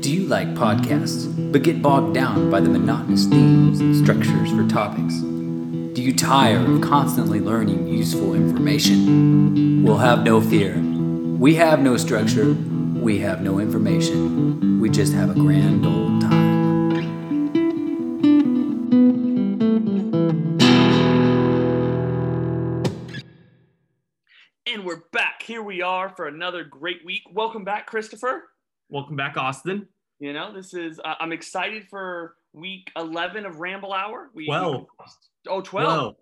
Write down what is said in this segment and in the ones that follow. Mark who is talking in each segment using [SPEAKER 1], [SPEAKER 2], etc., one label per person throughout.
[SPEAKER 1] Do you like podcasts, but get bogged down by the monotonous themes and structures for topics? Do you tire of constantly learning useful information? Well, have no fear. We have no structure, we have no information. We just have a grand old time.
[SPEAKER 2] And we're back. Here we are for another great week. Welcome back, Christopher.
[SPEAKER 3] Welcome back, Austin.
[SPEAKER 2] You know, this is, uh, I'm excited for week 11 of Ramble Hour. We,
[SPEAKER 3] Twelve.
[SPEAKER 2] Oh, 12.
[SPEAKER 3] Well,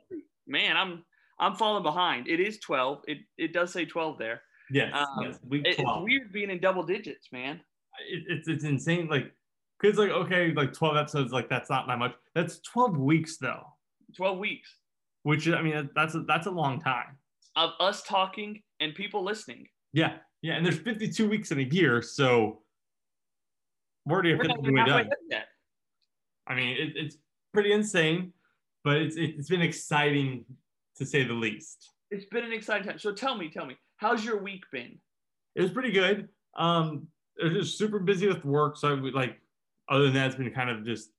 [SPEAKER 2] Man, I'm, I'm falling behind. It is 12. It, it does say 12 there.
[SPEAKER 3] yes,
[SPEAKER 2] Um,
[SPEAKER 3] yes, week
[SPEAKER 2] It- it's
[SPEAKER 3] twelve.
[SPEAKER 2] weird being in double digits, man.
[SPEAKER 3] It- it's it's insane. Like, cause like okay, like twelve episodes, like that's not that much. That's twelve weeks though,
[SPEAKER 2] 12 weeks
[SPEAKER 3] which I mean that's a, that's a long time.
[SPEAKER 2] of us talking and people listening.
[SPEAKER 3] Yeah, yeah, and there's 52 weeks in a year, so we're already a
[SPEAKER 2] We're
[SPEAKER 3] fifth
[SPEAKER 2] not
[SPEAKER 3] of the
[SPEAKER 2] even
[SPEAKER 3] way
[SPEAKER 2] halfway
[SPEAKER 3] done.
[SPEAKER 2] done yet.
[SPEAKER 3] I mean, it, it's pretty insane, but it's it, it's been exciting to say the least.
[SPEAKER 2] It's been an exciting time. So tell me, tell me, how's your week been?
[SPEAKER 3] it was pretty good. Um, it was just super busy with work, so I would like. Other than that, it's been kind of just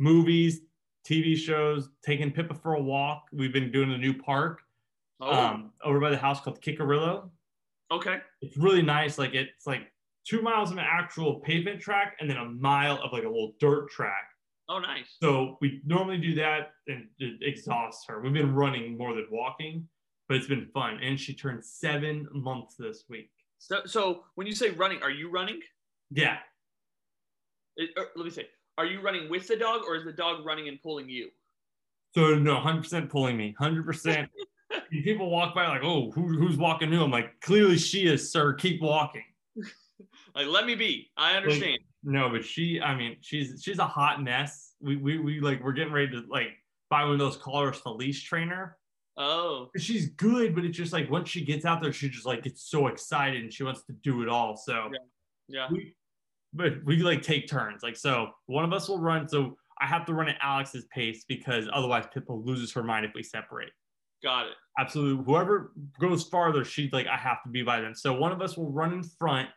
[SPEAKER 3] movies, TV shows, taking Pippa for a walk. We've been doing a new park
[SPEAKER 2] Oh,
[SPEAKER 3] um, over by the house called Kikarillo.
[SPEAKER 2] okay.
[SPEAKER 3] It's really nice. Like it's like two miles of an actual pavement track, and then a mile of like a little dirt track.
[SPEAKER 2] Oh, nice.
[SPEAKER 3] So we normally do that, and it exhausts her. We've been running more than walking, but it's been fun. And she turned seven months this week.
[SPEAKER 2] So, so when you say running, are you running?
[SPEAKER 3] Yeah,
[SPEAKER 2] It- or let me say, are you running with the dog or is the dog running and pulling you?
[SPEAKER 3] So no, hundred percent pulling me, hundred percent. People walk by like, oh, who, who's walking new? I'm like, clearly she is, sir. Keep walking.
[SPEAKER 2] Like, let me be. I understand.
[SPEAKER 3] No, but she, I mean, she's she's a hot mess. We we, we like we're getting ready to like buy one of those collars to leash trainer.
[SPEAKER 2] oh,
[SPEAKER 3] She's good, but it's just like once she gets out there, she just like gets so excited and she wants to do it all. So
[SPEAKER 2] yeah.
[SPEAKER 3] we, but we like take turns. Like so, one of us will run. So I have to run at Alex's pace because otherwise Pippa loses her mind if we separate.
[SPEAKER 2] Got it.
[SPEAKER 3] absolutely whoever goes farther she's like i have to be by them so one of us will run in front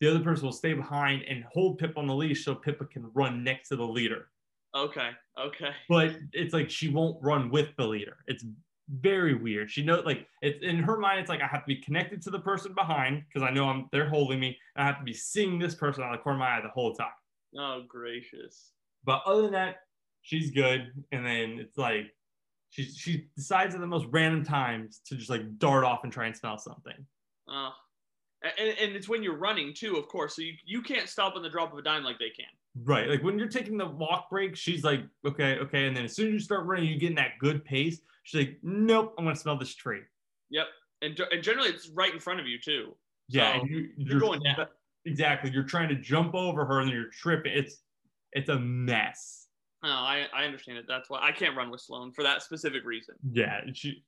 [SPEAKER 3] the other person will stay behind and hold pip on the leash so pippa can run next to the leader
[SPEAKER 2] Okay. Okay.
[SPEAKER 3] but it's like she won't run with the leader it's very weird she knows like it's in her mind it's like i have to be connected to the person behind because i know i'm they're holding me and i have to be seeing this person out of the corner of my eye the whole time
[SPEAKER 2] Oh, gracious.
[SPEAKER 3] but other than that, she's good. And then it's like she she decides at the most random times to just like dart off and try and smell something.
[SPEAKER 2] Uh, and, and it's when you're running too, of course. So you, you can't stop on the drop of a dime like they can.
[SPEAKER 3] Right. Like when you're taking the walk break, she's like, okay, okay. And then as soon as you start running, you get in that good pace. She's like, nope, I'm gonna smell this tree.
[SPEAKER 2] And, ge- and generally, it's right in front of you too.
[SPEAKER 3] Yeah,
[SPEAKER 2] So
[SPEAKER 3] and you,
[SPEAKER 2] you're going down.
[SPEAKER 3] Exactly. You're trying to jump over her and then you're tripping. It's it's a mess.
[SPEAKER 2] Oh, I, I understand it. That's why I can't run with Sloan for that specific reason.
[SPEAKER 3] Yeah. and She,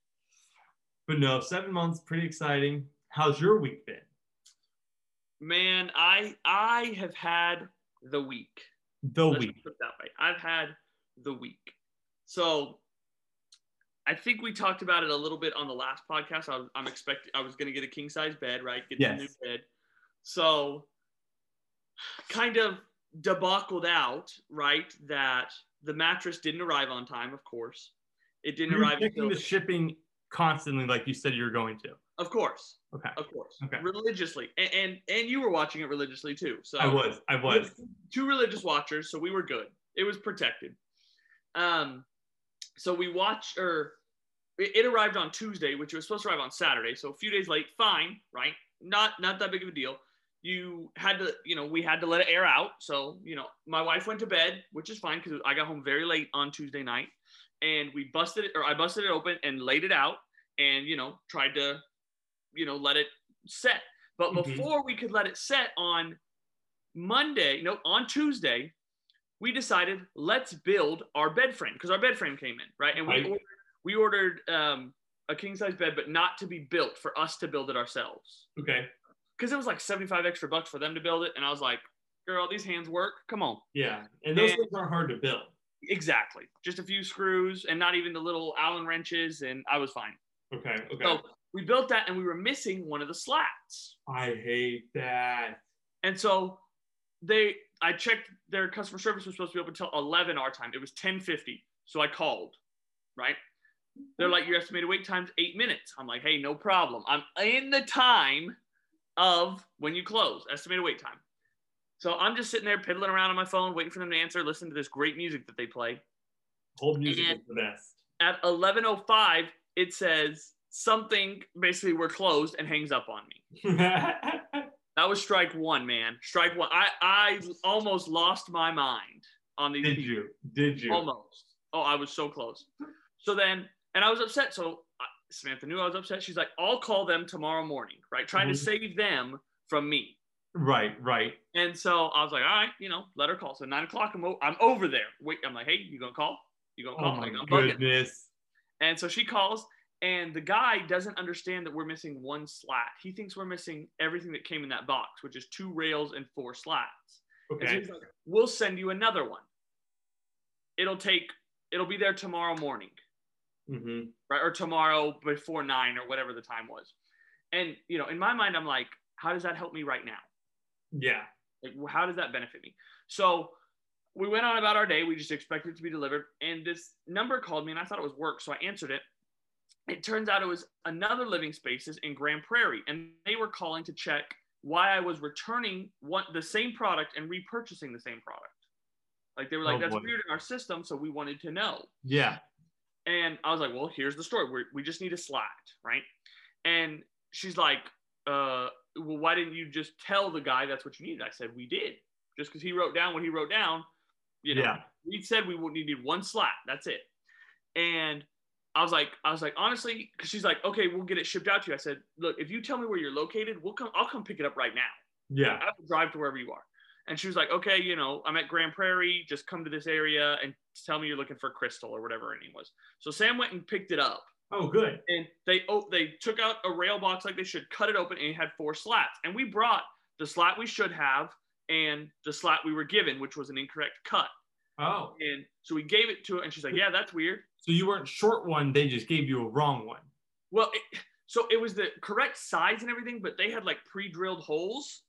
[SPEAKER 3] but no, seven months, pretty exciting. How's your week been?
[SPEAKER 2] Man, I I have had the week.
[SPEAKER 3] The
[SPEAKER 2] Let's
[SPEAKER 3] week.
[SPEAKER 2] put it that way. I've had the week. So I think we talked about it a little bit on the last podcast. I was, I'm expecting I was going to get a king size bed, right? Get the new
[SPEAKER 3] Yes.
[SPEAKER 2] bed. So kind of debacled out, right? That the mattress didn't arrive on time, of course. It didn't
[SPEAKER 3] You're
[SPEAKER 2] arrive
[SPEAKER 3] checking
[SPEAKER 2] until
[SPEAKER 3] the shipping constantly, like you said you were going to.
[SPEAKER 2] of course,
[SPEAKER 3] Okay,
[SPEAKER 2] of course,
[SPEAKER 3] Okay.
[SPEAKER 2] religiously, and, and and you were watching it religiously too. So
[SPEAKER 3] I was, I was.
[SPEAKER 2] two religious watchers, so we were good. It was protected. Um, so we watched, or it, it arrived on Tuesday, which it was supposed to arrive on Saturday. So a few days late, fine, right? Not not that big of a deal. You had to, you know, we had to let it air out. So you know, my wife went to bed, which is fine because I got home very late on Tuesday night, and we busted it, or I busted it open and laid it out, and you know, tried to, you know, let it set. But
[SPEAKER 3] Mhm.
[SPEAKER 2] before we could let it set on Monday, no, on Tuesday, we decided let's build our bed frame because our bed frame came in, right? And we
[SPEAKER 3] Right.
[SPEAKER 2] ordered, we ordered um, a king size bed, but not to be built for us to build it ourselves
[SPEAKER 3] Okay.
[SPEAKER 2] because it was like 75 extra bucks for them to build it. And I was like, girl, these hands work. Come on.
[SPEAKER 3] Yeah. And those
[SPEAKER 2] And-
[SPEAKER 3] things aren't hard to build.
[SPEAKER 2] Exactly. Just a few screws and not even the little Allen wrenches. And I was fine.
[SPEAKER 3] Okay. Okay.
[SPEAKER 2] So we built that and we were missing one of the slats.
[SPEAKER 3] I hate that.
[SPEAKER 2] And so they, I checked their customer service was supposed to be open until 11 our time. It was 10:50, so I called. Right? They're like, your estimated wait time's eight minutes. I'm like, hey, no problem. I'm in the time of when you close, estimated wait time. So I'm just sitting there piddling around on my phone, waiting for them to answer, listen to this great music that they play.
[SPEAKER 3] Hold music is the best.
[SPEAKER 2] At 11:05, it says something. Basically, we're closed, and hangs up on me. That was strike one, man. Strike one. I I almost lost my mind on these.
[SPEAKER 3] Did
[SPEAKER 2] people.
[SPEAKER 3] you? Did you?
[SPEAKER 2] Almost. Oh, I was so close. So then, and I was upset. So uh, Samantha knew I was upset. She's like, "I'll call them tomorrow morning," right? Trying
[SPEAKER 3] Mhm.
[SPEAKER 2] to save them from me.
[SPEAKER 3] Right, right.
[SPEAKER 2] And so I was like, "All right, you know, let her call." So nine o'clock, I'm, o- I'm over there. Wait, I'm like, "Hey, you gonna call? You gonna call?"
[SPEAKER 3] Oh my
[SPEAKER 2] like, I'm bugging.
[SPEAKER 3] goodness.
[SPEAKER 2] And so she calls, and the guy doesn't understand that we're missing one slat. He thinks we're missing everything that came in that box, which is two rails and four slats. And so
[SPEAKER 3] Okay.
[SPEAKER 2] he's like, we'll send you another one. It'll take, it'll be there tomorrow morning,
[SPEAKER 3] hmm
[SPEAKER 2] right? Or tomorrow before nine or whatever the time was. And, you know, in my mind, I'm like, how does that help me right now?
[SPEAKER 3] Yeah.
[SPEAKER 2] Like, wh- how does that benefit me? So we went on about our day. We just expected it to be delivered. And this number called me, and I thought it was work. So I answered it. It turns out it was another Living Spaces in Grand Prairie, and they were calling to check why I was returning one, the same product and repurchasing the same product. Like they were like,
[SPEAKER 3] Oh,
[SPEAKER 2] that's
[SPEAKER 3] boy.
[SPEAKER 2] weird in our system. So we wanted to know.
[SPEAKER 3] Yeah.
[SPEAKER 2] And I was like, well, here's the story. We're, we just need a slat, right? And she's like, uh, well, why didn't you just tell the guy that's what you needed? I said, we did. Just because he wrote down what he wrote down, you know,
[SPEAKER 3] Yeah.
[SPEAKER 2] we said we would- needed one slat. That's it. And I was like, I was like, honestly, because she's like, okay, we'll get it shipped out to you. I said, look, if you tell me where you're located, we'll come. I'll come pick it up right now.
[SPEAKER 3] Yeah.
[SPEAKER 2] I will drive to wherever you are. And she was like, okay, you know, I'm at Grand Prairie. Just come to this area and tell me you're looking for Crystal or whatever her name was. So Sam went and picked it up,
[SPEAKER 3] Oh, good.
[SPEAKER 2] and they oh they took out a rail box like they should, cut it open, and it had four slats. And we brought the slat we should have and the slat we were given, which was an incorrect cut.
[SPEAKER 3] Oh.
[SPEAKER 2] And so we gave it to her, and she's like, yeah, that's weird.
[SPEAKER 3] So you weren't short one, they just gave you a wrong one.
[SPEAKER 2] Well, it, so it was the correct size and everything, but they had like pre-drilled holes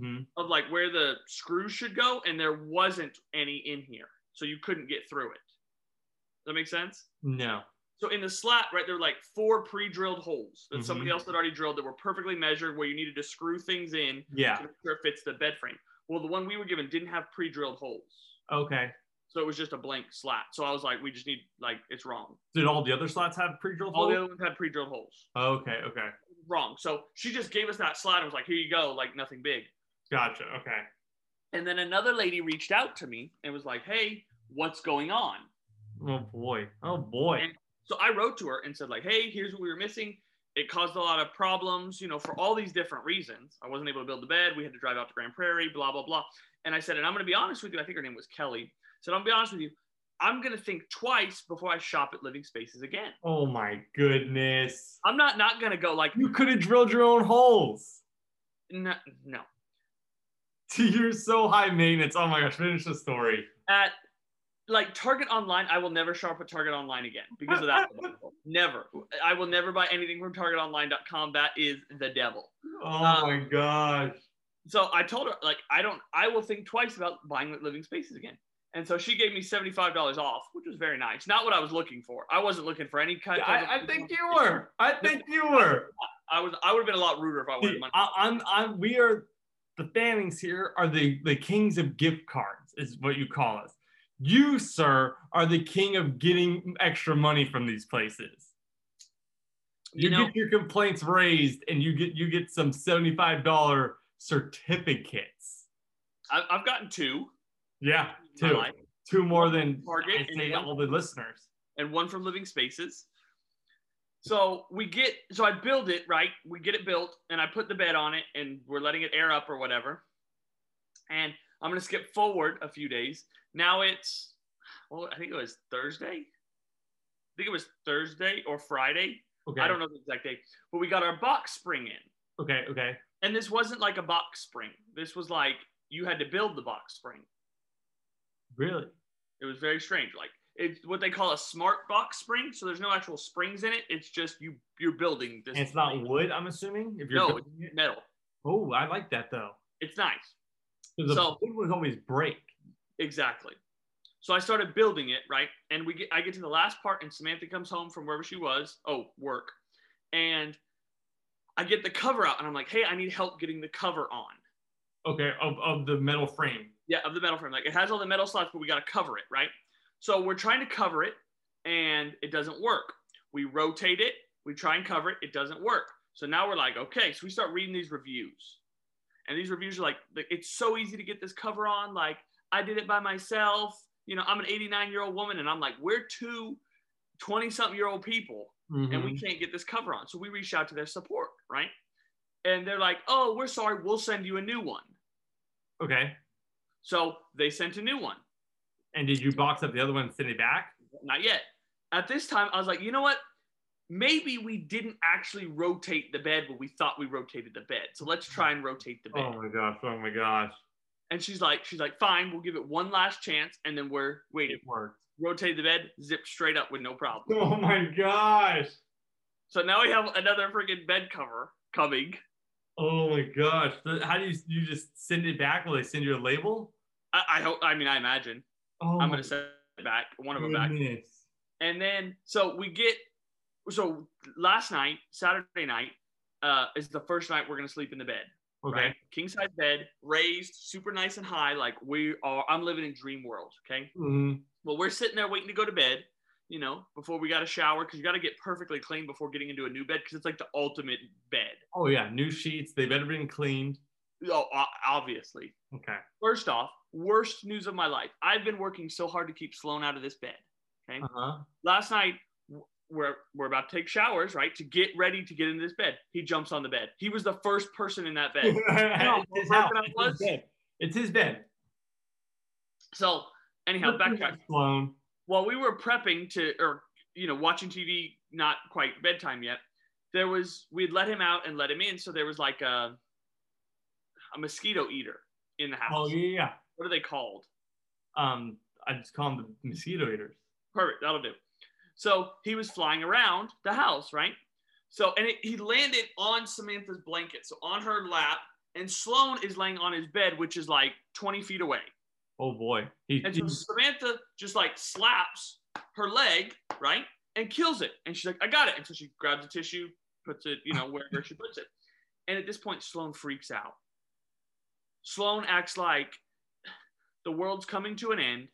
[SPEAKER 3] hmm
[SPEAKER 2] of like where the screws should go, and there wasn't any in here, so you couldn't get through it. Does that make sense?
[SPEAKER 3] No.
[SPEAKER 2] So in the slat, right, there were like four pre-drilled holes that
[SPEAKER 3] Mhm.
[SPEAKER 2] somebody else had already drilled that were perfectly measured, where you needed to screw things in
[SPEAKER 3] Yeah.
[SPEAKER 2] to make sure it fits the bed frame. Well, the one we were given didn't have pre-drilled holes,
[SPEAKER 3] Okay.
[SPEAKER 2] so it was just a blank slat. So I was like, we just need like it's wrong.
[SPEAKER 3] Did all the other slots have pre-drilled
[SPEAKER 2] All the
[SPEAKER 3] holes?
[SPEAKER 2] other ones had pre-drilled holes.
[SPEAKER 3] Okay. Okay.
[SPEAKER 2] Wrong. So she just gave us that slat and was like, here you go, like nothing big.
[SPEAKER 3] Gotcha. Okay.
[SPEAKER 2] And then another lady reached out to me and was like, hey, what's going on?
[SPEAKER 3] Oh boy. Oh boy.
[SPEAKER 2] And- So I wrote to her and said, like, hey, here's what we were missing. It caused a lot of problems, you know, for all these different reasons. I wasn't able to build the bed. We had to drive out to Grand Prairie, blah, blah, blah. And I said, and I'm going to be honest with you. I think her name was Kelly. I said, I'm going to be honest with you. I'm going to think twice before I shop at Living Spaces again.
[SPEAKER 3] Oh my goodness.
[SPEAKER 2] I'm not not going to go like,
[SPEAKER 3] You could have drilled your own holes.
[SPEAKER 2] no, no.
[SPEAKER 3] You're so high maintenance. Oh my gosh, finish the story.
[SPEAKER 2] At like Target online, I will never shop at Target online again because of that. debacle. never. I will never buy anything from TargetOnline.com. That is the devil.
[SPEAKER 3] Oh
[SPEAKER 2] Uh,
[SPEAKER 3] my gosh.
[SPEAKER 2] so I told her like I don't I will think twice about buying living spaces again. And so she gave me seventy five dollars off, which was very nice. Not what I was looking for. I wasn't looking for any cut.
[SPEAKER 3] I, I think you were. I think you were.
[SPEAKER 2] I was. I would have been a lot ruder if I wanted
[SPEAKER 3] See,
[SPEAKER 2] money.
[SPEAKER 3] I, I'm, I'm, we are the Fannings here are the, the kings of gift cards, is what you call us. You, sir, are the king of getting extra money from these places.
[SPEAKER 2] You
[SPEAKER 3] You,
[SPEAKER 2] know,
[SPEAKER 3] get your complaints raised and you get you get some $75 certificates.
[SPEAKER 2] I, I've gotten two.
[SPEAKER 3] Yeah,
[SPEAKER 2] in my
[SPEAKER 3] two.
[SPEAKER 2] life,
[SPEAKER 3] Two more than
[SPEAKER 2] Target
[SPEAKER 3] I
[SPEAKER 2] and
[SPEAKER 3] say to
[SPEAKER 2] one-
[SPEAKER 3] all the listeners.
[SPEAKER 2] and one from Living Spaces. So we get. So I build it right. We get it built, and I put the bed on it, and we're letting it air up or whatever. And I'm gonna skip forward a few days. Now it's. Well, I think it was Thursday. I think it was Thursday or Friday.
[SPEAKER 3] Okay.
[SPEAKER 2] I don't know the exact date, but we got our box spring in.
[SPEAKER 3] Okay. Okay.
[SPEAKER 2] And this wasn't like a box spring. This was like you had to build the box spring.
[SPEAKER 3] Really?
[SPEAKER 2] It was very strange. Like it's what they call a smart box spring. So there's no actual springs in it. It's just you you're building this.
[SPEAKER 3] And it's not wood, I'm assuming. If you're
[SPEAKER 2] no,
[SPEAKER 3] building it?
[SPEAKER 2] it's metal.
[SPEAKER 3] oh, I like that though.
[SPEAKER 2] It's nice.
[SPEAKER 3] The
[SPEAKER 2] So-
[SPEAKER 3] wood would always break.
[SPEAKER 2] Exactly. So I started building it, right? And we get, I get to the last part, and Samantha comes home from wherever she was. Oh, work. And I get the cover out, and I'm like, hey, I need help getting the cover on.
[SPEAKER 3] Okay, of, of the metal frame.
[SPEAKER 2] Yeah, of the metal frame. Like it has all the metal slots, but we got to cover it, right? So we're trying to cover it, and it doesn't work. We rotate it, we try and cover it, it doesn't work. So now we're like, okay, so we start reading these reviews, and these reviews are like, like, it's so easy to get this cover on. Like I did it by myself. You know, I'm an 89 year old woman, and I'm like, we're two 20 something year old people
[SPEAKER 3] Mm-hmm.
[SPEAKER 2] and we can't get this cover on. So we reached out to their support, right? And they're like, oh, we're sorry, we'll send you a new one.
[SPEAKER 3] okay,
[SPEAKER 2] So they sent a new one.
[SPEAKER 3] and did you box up the other one and send it back?
[SPEAKER 2] Not yet. At this time, I was like, you know what? Maybe we didn't actually rotate the bed, but we thought we rotated the bed. So let's try and rotate the bed.
[SPEAKER 3] Oh my gosh! Oh my gosh!
[SPEAKER 2] And she's like, she's like, fine, we'll give it one last chance, and then we're waiting.
[SPEAKER 3] It worked.
[SPEAKER 2] Rotate the bed, zip straight up with no problem.
[SPEAKER 3] Oh my gosh!
[SPEAKER 2] So now we have another freaking bed cover coming.
[SPEAKER 3] Oh my gosh! The- How do you you just send it back? Will they send you a label?
[SPEAKER 2] I, I hope. I mean, I imagine
[SPEAKER 3] Oh,
[SPEAKER 2] I'm
[SPEAKER 3] my
[SPEAKER 2] gonna send it back, one of them back.
[SPEAKER 3] goodness.
[SPEAKER 2] And then so we get so last night, Saturday night, uh, is the first night we're gonna sleep in the bed.
[SPEAKER 3] Okay.
[SPEAKER 2] right? King size bed, raised, super nice and high. Like we are, I'm living in dream world. Okay.
[SPEAKER 3] Mhm.
[SPEAKER 2] Well, we're sitting there waiting to go to bed, you know, before we got a shower because you got to get perfectly clean before getting into a new bed because it's like the ultimate bed.
[SPEAKER 3] Oh yeah, new sheets. They better been cleaned.
[SPEAKER 2] Oh, o- obviously.
[SPEAKER 3] Okay.
[SPEAKER 2] First off, worst news of my life. I've been working so hard to keep Sloan out of this bed.
[SPEAKER 3] Uh huh.
[SPEAKER 2] Last night, w- we're, we're about to take showers, right? To get ready to get into this bed. He jumps on the bed. He was the first person in that bed.
[SPEAKER 3] it's, his house.
[SPEAKER 2] Working out
[SPEAKER 3] It's
[SPEAKER 2] was-
[SPEAKER 3] his bed. It's his bed.
[SPEAKER 2] So, anyhow, backtrack.
[SPEAKER 3] Sloan.
[SPEAKER 2] while we were prepping to or you know watching tv not quite bedtime yet there was we had let him out and let him in so there was like a a mosquito eater in the house
[SPEAKER 3] Oh yeah.
[SPEAKER 2] what are they called
[SPEAKER 3] Um, I just call them the mosquito eaters.
[SPEAKER 2] perfect that'll do so he was flying around the house right so and it, he landed on samantha's blanket so on her lap and sloan is laying on his bed which is like 20 feet away
[SPEAKER 3] Oh boy. He,
[SPEAKER 2] And so
[SPEAKER 3] he-
[SPEAKER 2] Samantha just like slaps her leg, right? And kills it. And she's like, I got it. And so she grabs a tissue, puts it, you know, wherever she puts it. And at this point, Sloan freaks out. Sloan acts like the world's coming to an end.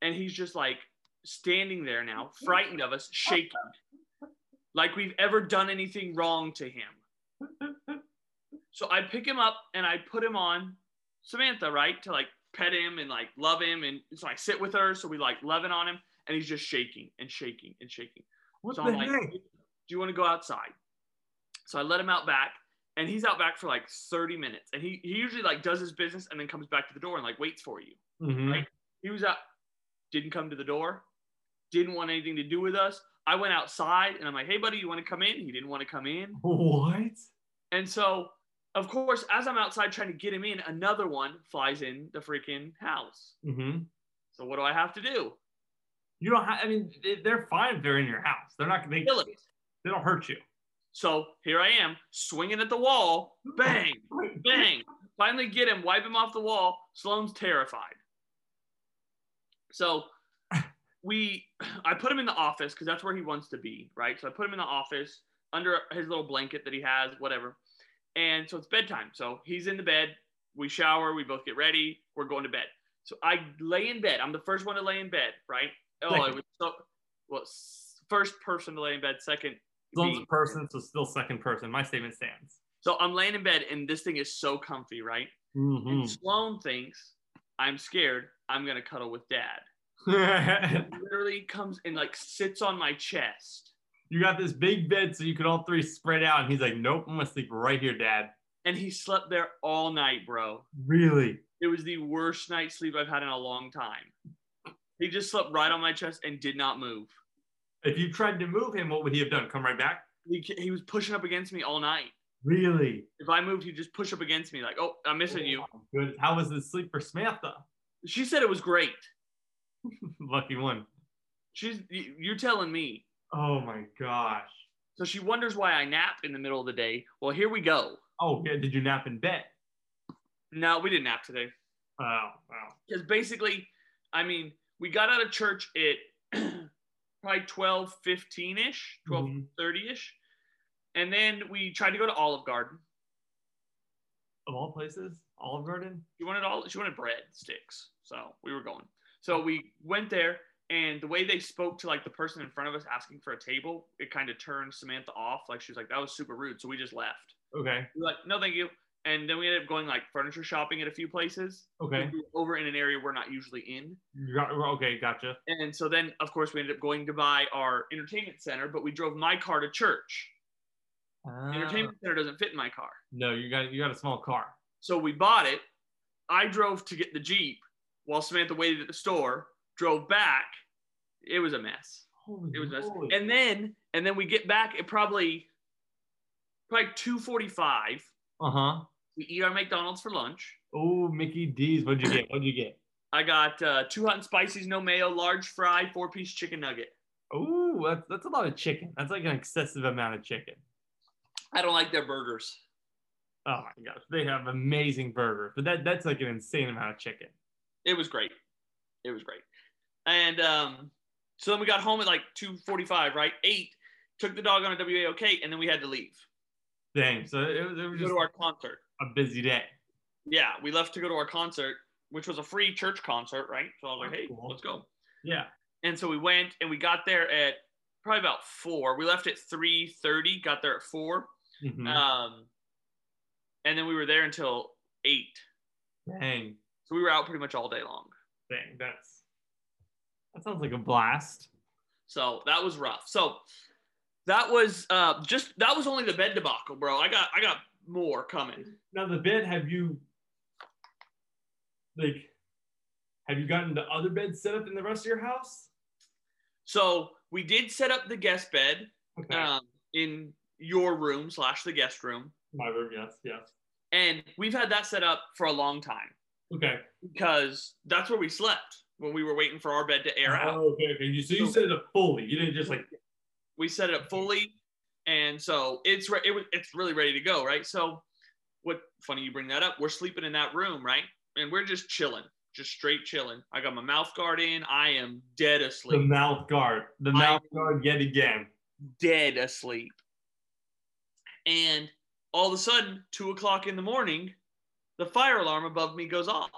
[SPEAKER 2] And he's just like standing there now, frightened of us, shaking, like we've ever done anything wrong to him. So I pick him up and I put him on Samantha, right? To like pet him and like love him. And so I sit with her. So we like loving on him. And he's just shaking and shaking and shaking.
[SPEAKER 3] what
[SPEAKER 2] So
[SPEAKER 3] the
[SPEAKER 2] I'm like,
[SPEAKER 3] heck?
[SPEAKER 2] do you want to go outside? So I let him out back, and he's out back for like 30 minutes. And he, he usually like does his business and then comes back to the door and like waits for you.
[SPEAKER 3] Mhm.
[SPEAKER 2] right? He was out, didn't come to the door, didn't want anything to do with us. I went outside and I'm like, hey buddy, you want to come in? He didn't want to come in.
[SPEAKER 3] What?
[SPEAKER 2] And so, of course, as I'm outside trying to get him in, another one flies in the freaking house.
[SPEAKER 3] hmm
[SPEAKER 2] So what do I have to do?
[SPEAKER 3] You don't have. I mean, they- they're fine if they're in your house. They're not. They,
[SPEAKER 2] Kill it.
[SPEAKER 3] they don't hurt you.
[SPEAKER 2] So here I am, swinging at the wall, bang, Bang! Finally get him, wipe him off the wall. Sloane's terrified. So we I put him in the office because that's where he wants to be, right? So I put him in the office under his little blanket that he has, whatever. And so it's bedtime. So he's in the bed. We shower, we both get ready, we're going to bed. So I lay in bed. I'm the first one to lay in bed, right? Oh, it
[SPEAKER 3] Second.
[SPEAKER 2] was so well, s- first person to lay in bed, second
[SPEAKER 3] Sloan's
[SPEAKER 2] being-
[SPEAKER 3] a person, so still second person. My statement stands.
[SPEAKER 2] So I'm laying in bed and this thing is so comfy, right?
[SPEAKER 3] Mhm.
[SPEAKER 2] And Sloan thinks, I'm scared. I'm going to cuddle with dad. Literally comes and like sits on my chest.
[SPEAKER 3] you got this big bed, so you could all three spread out. And he's like, "Nope, I'm gonna sleep right here, Dad."
[SPEAKER 2] And he slept there all night, bro.
[SPEAKER 3] Really?
[SPEAKER 2] It was the worst night's sleep I've had in a long time. He just slept right on my chest and did not move.
[SPEAKER 3] If you tried to move him, what would he have done? Come right back?
[SPEAKER 2] He, he was pushing up against me all night.
[SPEAKER 3] Really?
[SPEAKER 2] If I moved, he'd just push up against me, like, oh, I'm missing you.
[SPEAKER 3] Good. How was the sleep for Samantha?
[SPEAKER 2] She said it was great.
[SPEAKER 3] Lucky one.
[SPEAKER 2] She's, you- you're telling me.
[SPEAKER 3] Oh my gosh.
[SPEAKER 2] So she wonders why I nap in the middle of the day. Well, here we go.
[SPEAKER 3] Oh yeah. Did you nap in bed?
[SPEAKER 2] No, we didn't nap today
[SPEAKER 3] Oh, wow.
[SPEAKER 2] because basically, I mean, we got out of church at probably 12, 15 ish, 12,
[SPEAKER 3] Mhm.
[SPEAKER 2] 30 ish. And then we tried to go to Olive Garden.
[SPEAKER 3] Of all places, Olive Garden.
[SPEAKER 2] She wanted all she wanted bread sticks. So we were going. So we went there and the way they spoke to like the person in front of us asking for a table, it kind of turned Samantha off. Like she was like, that was super rude. So we just left.
[SPEAKER 3] Okay.
[SPEAKER 2] We were like, no, thank you. And then we ended up going like furniture shopping at a few places.
[SPEAKER 3] Okay.
[SPEAKER 2] We were over in an area we're not usually in.
[SPEAKER 3] You got- okay. Gotcha.
[SPEAKER 2] And so then of course we ended up going to buy our entertainment center, but we drove my car to church.
[SPEAKER 3] Ah.
[SPEAKER 2] Entertainment center doesn't fit in my car.
[SPEAKER 3] No, you got you got a small car.
[SPEAKER 2] So we bought it. I drove to get the Jeep while Samantha waited at the store, drove back. It was a mess.
[SPEAKER 3] Holy
[SPEAKER 2] It was a mess.
[SPEAKER 3] moly.
[SPEAKER 2] And then and then we get back at probably probably 245.
[SPEAKER 3] uh-huh.
[SPEAKER 2] We eat our McDonald's for lunch.
[SPEAKER 3] Oh, Mickey D's. What'd you get? What'd you get?
[SPEAKER 2] I got uh, two hot and spices, no mayo, large fry, four piece chicken nugget.
[SPEAKER 3] Oh, that's that's a lot of chicken. That's like an excessive amount of chicken.
[SPEAKER 2] I don't like their burgers.
[SPEAKER 3] Oh my gosh, they have amazing burgers, but that that's like an insane amount of chicken.
[SPEAKER 2] It was great. It was great. And um, so then we got home at like 245, right? Eight, took the dog on a WAOK, and then we had to leave.
[SPEAKER 3] Dang. So it, was- it was
[SPEAKER 2] Go
[SPEAKER 3] just
[SPEAKER 2] to our concert.
[SPEAKER 3] a busy day.
[SPEAKER 2] yeah, we left to go to our concert, which was a free church concert, right? So I was like, hey,
[SPEAKER 3] Cool.
[SPEAKER 2] let's go.
[SPEAKER 3] Yeah.
[SPEAKER 2] And so we went and we got there at probably about four. We left at three thirty, got there at 4
[SPEAKER 3] Mhm.
[SPEAKER 2] Um, and then we were there until eight.
[SPEAKER 3] Dang.
[SPEAKER 2] So we were out pretty much all day long.
[SPEAKER 3] Dang. That's that sounds like a blast.
[SPEAKER 2] So that was rough. So that was uh just that was only the bed debacle, bro. I got I got more coming.
[SPEAKER 3] Now the bed, have you like have you gotten the other bed set up in the rest of your house?
[SPEAKER 2] So we did set up the guest bed
[SPEAKER 3] Okay.
[SPEAKER 2] um, in your room slash the guest room.
[SPEAKER 3] My room, yes, yes.
[SPEAKER 2] And we've had that set up for a long time
[SPEAKER 3] Okay.
[SPEAKER 2] because that's where we slept when we were waiting for our bed to air out.
[SPEAKER 3] Oh, okay, okay. You, so you
[SPEAKER 2] So-
[SPEAKER 3] set it up fully. You didn't just like
[SPEAKER 2] We set it up fully, and so it's re- it, was- it's really ready to go, right? So, what funny you bring that up? We're sleeping in that room, right? And we're just chilling, just straight chilling. I got my mouth guard in. I am dead
[SPEAKER 3] the
[SPEAKER 2] asleep,
[SPEAKER 3] mouth guard. The
[SPEAKER 2] I-
[SPEAKER 3] mouth guard yet again.
[SPEAKER 2] dead asleep. And all of a sudden, two o'clock in the morning, the fire alarm above me goes off.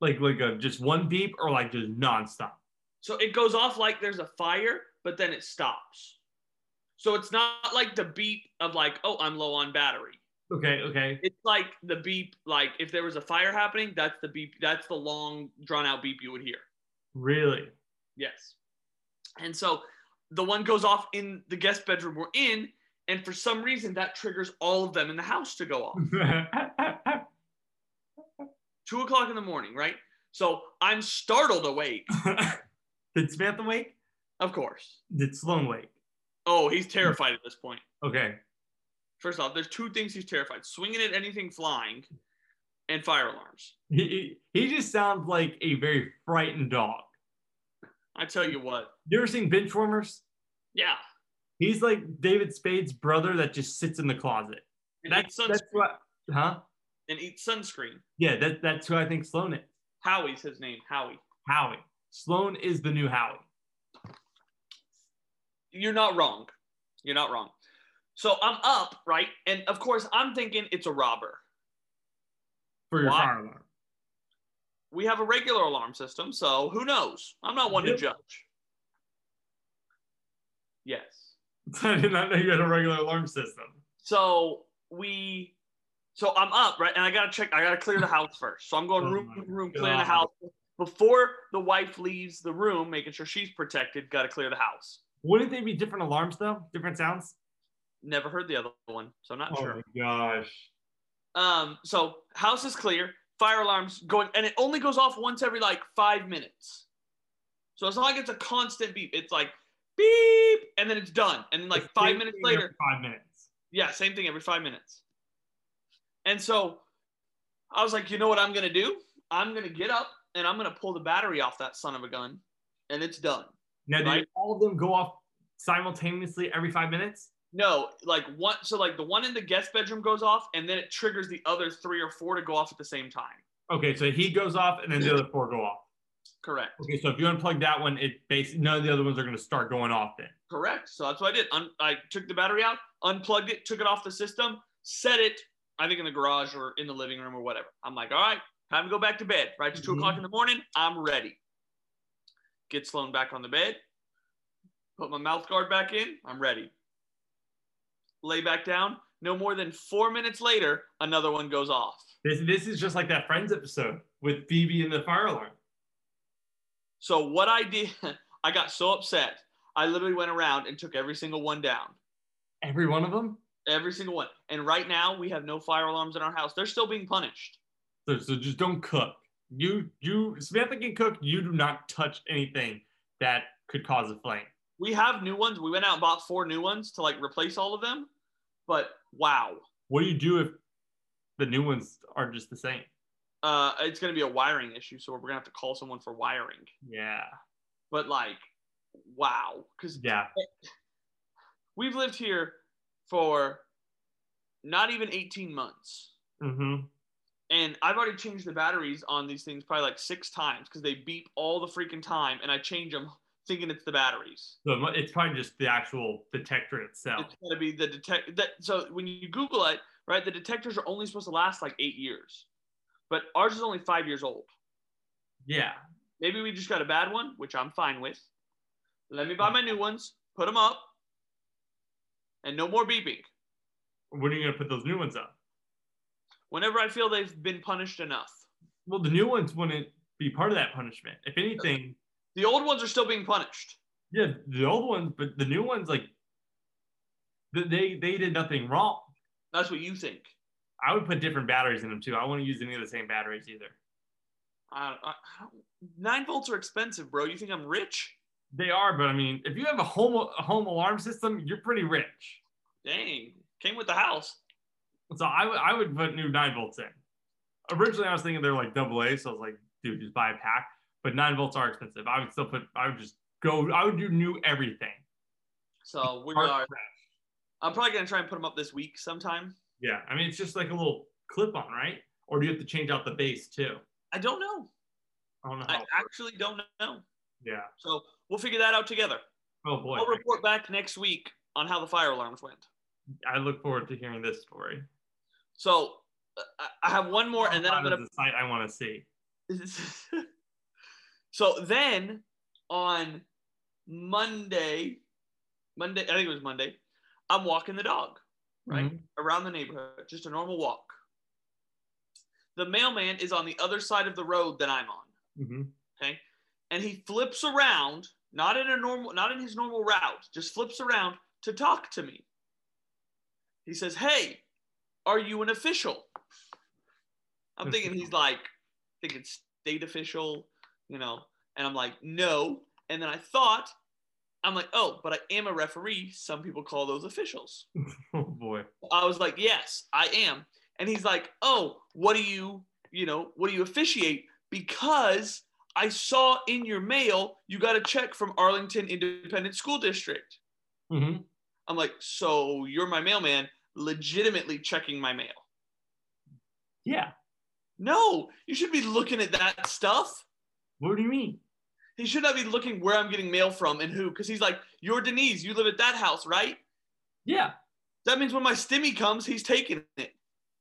[SPEAKER 3] Like like a just one beep or like just nonstop.
[SPEAKER 2] So it goes off like there's a fire, but then it stops. So it's not like the beep of like, oh, I'm low on battery.
[SPEAKER 3] Okay, okay.
[SPEAKER 2] It's like the beep, like if there was a fire happening, that's the beep, that's the long drawn out beep you would hear.
[SPEAKER 3] Really?
[SPEAKER 2] Yes. And so the one goes off in the guest bedroom we're in, and for some reason that triggers all of them in the house to go off.
[SPEAKER 3] Hmm.
[SPEAKER 2] Two o'clock in the morning, right? So I'm startled awake,
[SPEAKER 3] Did Samantha wake?
[SPEAKER 2] of course.
[SPEAKER 3] Did Sloan wake?
[SPEAKER 2] Oh, he's terrified at this point.
[SPEAKER 3] Okay.
[SPEAKER 2] First off, there's two things he's terrified: swinging at anything flying, and fire alarms.
[SPEAKER 3] He, he he just sounds like a very frightened dog.
[SPEAKER 2] I tell you what,
[SPEAKER 3] You ever seen Benchwarmers?
[SPEAKER 2] yeah,
[SPEAKER 3] He's like David Spade's brother that just sits in the closet.
[SPEAKER 2] and eat
[SPEAKER 3] That's
[SPEAKER 2] sunscreen.
[SPEAKER 3] that's what, huh?
[SPEAKER 2] and eat sunscreen.
[SPEAKER 3] Yeah, that, that's who I think Sloan is.
[SPEAKER 2] Howie's his name. Howie.
[SPEAKER 3] Howie. Sloan is the new Howie.
[SPEAKER 2] You're not wrong. You're not wrong. So I'm up, right? And of course, I'm thinking it's a robber.
[SPEAKER 3] for your
[SPEAKER 2] Wow.
[SPEAKER 3] fire alarm.
[SPEAKER 2] We have a regular alarm system, so who knows? I'm not one to
[SPEAKER 3] Yep.
[SPEAKER 2] judge. Yes.
[SPEAKER 3] I did not know you had a regular alarm system.
[SPEAKER 2] So we, so I'm up, right? And I gotta check, I gotta clear the house first. So I'm going
[SPEAKER 3] Oh
[SPEAKER 2] room
[SPEAKER 3] my
[SPEAKER 2] to room, clearing the
[SPEAKER 3] God.
[SPEAKER 2] house. Before the wife leaves the room, making sure she's protected, gotta clear the house.
[SPEAKER 3] Wouldn't they be different alarms though? Different sounds?
[SPEAKER 2] Never heard the other one, so I'm
[SPEAKER 3] Oh
[SPEAKER 2] not sure.
[SPEAKER 3] my gosh.
[SPEAKER 2] Um, so house is clear, fire alarms going, and it only goes off once every like five minutes. So it's not like it's a constant beep. It's like beep, and then it's done. And then like
[SPEAKER 3] It's
[SPEAKER 2] five
[SPEAKER 3] same
[SPEAKER 2] minutes
[SPEAKER 3] thing
[SPEAKER 2] later,
[SPEAKER 3] every Five minutes.
[SPEAKER 2] Yeah, same thing every five minutes. And so I was like, you know what I'm gonna do? I'm gonna get up and I'm gonna pull the battery off that son of a gun, and it's done.
[SPEAKER 3] Now, do
[SPEAKER 2] Right.
[SPEAKER 3] all of them go off simultaneously every five minutes?
[SPEAKER 2] No, like one. So like the one in the guest bedroom goes off, and then it triggers the other three or four to go off at the same time.
[SPEAKER 3] Okay, so he goes off, and then the other four go off.
[SPEAKER 2] Correct.
[SPEAKER 3] Okay, so if you unplug that one, it basically none of the other ones are going to start going off then.
[SPEAKER 2] Correct. So that's what I did. Un- I took the battery out, unplugged it, took it off the system, set it. I think in the garage or in the living room or whatever. I'm like, all right, time to go back to bed. Right, it's 2
[SPEAKER 3] Mhm.
[SPEAKER 2] o'clock in the morning. I'm ready. Get Sloan back on the bed. Put my mouth guard back in. I'm ready. Lay back down. No more than four minutes later, another one goes off.
[SPEAKER 3] This this is just like that Friends episode with Phoebe and the fire alarm.
[SPEAKER 2] So what I did, I got so upset. I literally went around and took every single one down.
[SPEAKER 3] Every one of them.
[SPEAKER 2] Every single one. And right now we have no fire alarms in our house. They're still being punished.
[SPEAKER 3] So, so just don't cook. You you Samantha can cook. You do not touch anything that could cause a flame.
[SPEAKER 2] We have new ones. We went out and bought four new ones to like replace all of them. But wow.
[SPEAKER 3] What do you do if the new ones are just the same?
[SPEAKER 2] Uh, it's gonna be a wiring issue, so we're gonna have to call someone for wiring.
[SPEAKER 3] Yeah.
[SPEAKER 2] But like, wow. Cause
[SPEAKER 3] Yeah.
[SPEAKER 2] we've lived here for not even 18 months.
[SPEAKER 3] Mm-hmm.
[SPEAKER 2] and I've already changed the batteries on these things probably like six times because they beep all the freaking time, and I change them thinking it's the batteries.
[SPEAKER 3] So it mu- it's probably just the actual detector itself.
[SPEAKER 2] It's gotta be the detect that. So when you Google it, right, the detectors are only supposed to last like eight years, but ours is only five years old.
[SPEAKER 3] Yeah.
[SPEAKER 2] Maybe we just got a bad one, which I'm fine with. Let me buy my new ones, put them up, and no more beeping.
[SPEAKER 3] When are you gonna put those new ones up?
[SPEAKER 2] Whenever I feel they've been punished enough,
[SPEAKER 3] Well, the new ones wouldn't be part of that punishment. If anything,
[SPEAKER 2] the old ones are still being punished.
[SPEAKER 3] yeah, the old ones, but the new ones, like th- they they did nothing wrong.
[SPEAKER 2] That's what you think.
[SPEAKER 3] I would put different batteries in them too. I wouldn't use any of the same batteries either.
[SPEAKER 2] I, I, I don't- nine volts are expensive, bro. You think I'm rich?
[SPEAKER 3] They are, but I mean, if you have a home a home alarm system, you're pretty rich.
[SPEAKER 2] Dang, came with the house.
[SPEAKER 3] So I would I would put new nine volts in. Originally, I was thinking they're like double A, so I was like, dude, just buy a pack. But nine volts are expensive. I would still put. I would just go. I would do new everything.
[SPEAKER 2] So we
[SPEAKER 3] Hard
[SPEAKER 2] are.
[SPEAKER 3] crash.
[SPEAKER 2] I'm probably gonna try and put them up this week sometime.
[SPEAKER 3] Yeah, I mean, it's just like a little clip on, right? Or do you have to change out the base too?
[SPEAKER 2] I don't know.
[SPEAKER 3] I don't know. How,
[SPEAKER 2] I actually don't know.
[SPEAKER 3] yeah.
[SPEAKER 2] So we'll figure that out together.
[SPEAKER 3] Oh boy,
[SPEAKER 2] I'll report back next week on how the fire alarms went.
[SPEAKER 3] I look forward to hearing this story.
[SPEAKER 2] So uh, I- I have one more, and then I'm
[SPEAKER 3] That
[SPEAKER 2] gonna
[SPEAKER 3] is the site I want to see.
[SPEAKER 2] so then on Monday, Monday, I think it was Monday, I'm walking the dog, right?
[SPEAKER 3] Mhm.
[SPEAKER 2] Around the neighborhood, just a normal walk. The mailman is on the other side of the road that I'm on,
[SPEAKER 3] Mhm.
[SPEAKER 2] okay? And he flips around, not in a normal, not in his normal route, just flips around to talk to me. He says, Hey, are you an official? I'm thinking he's like, thinking state official, you know, and I'm like, no. And then I thought, I'm like, oh, but I am a referee. Some people call those officials.
[SPEAKER 3] Oh boy.
[SPEAKER 2] I was like, yes, I am. And he's like, oh, what do you, you know, what do you officiate? Because I saw in your mail you got a check from Arlington Independent School District.
[SPEAKER 3] Mhm.
[SPEAKER 2] I'm like, so you're my mailman, legitimately checking my mail.
[SPEAKER 3] Yeah.
[SPEAKER 2] No, you should be looking at that stuff.
[SPEAKER 3] What do you mean?
[SPEAKER 2] He should not be looking where I'm getting mail from and who, because he's like, You're Denise, you live at that house, right?
[SPEAKER 3] Yeah.
[SPEAKER 2] That means when my stimmy comes, he's taking it.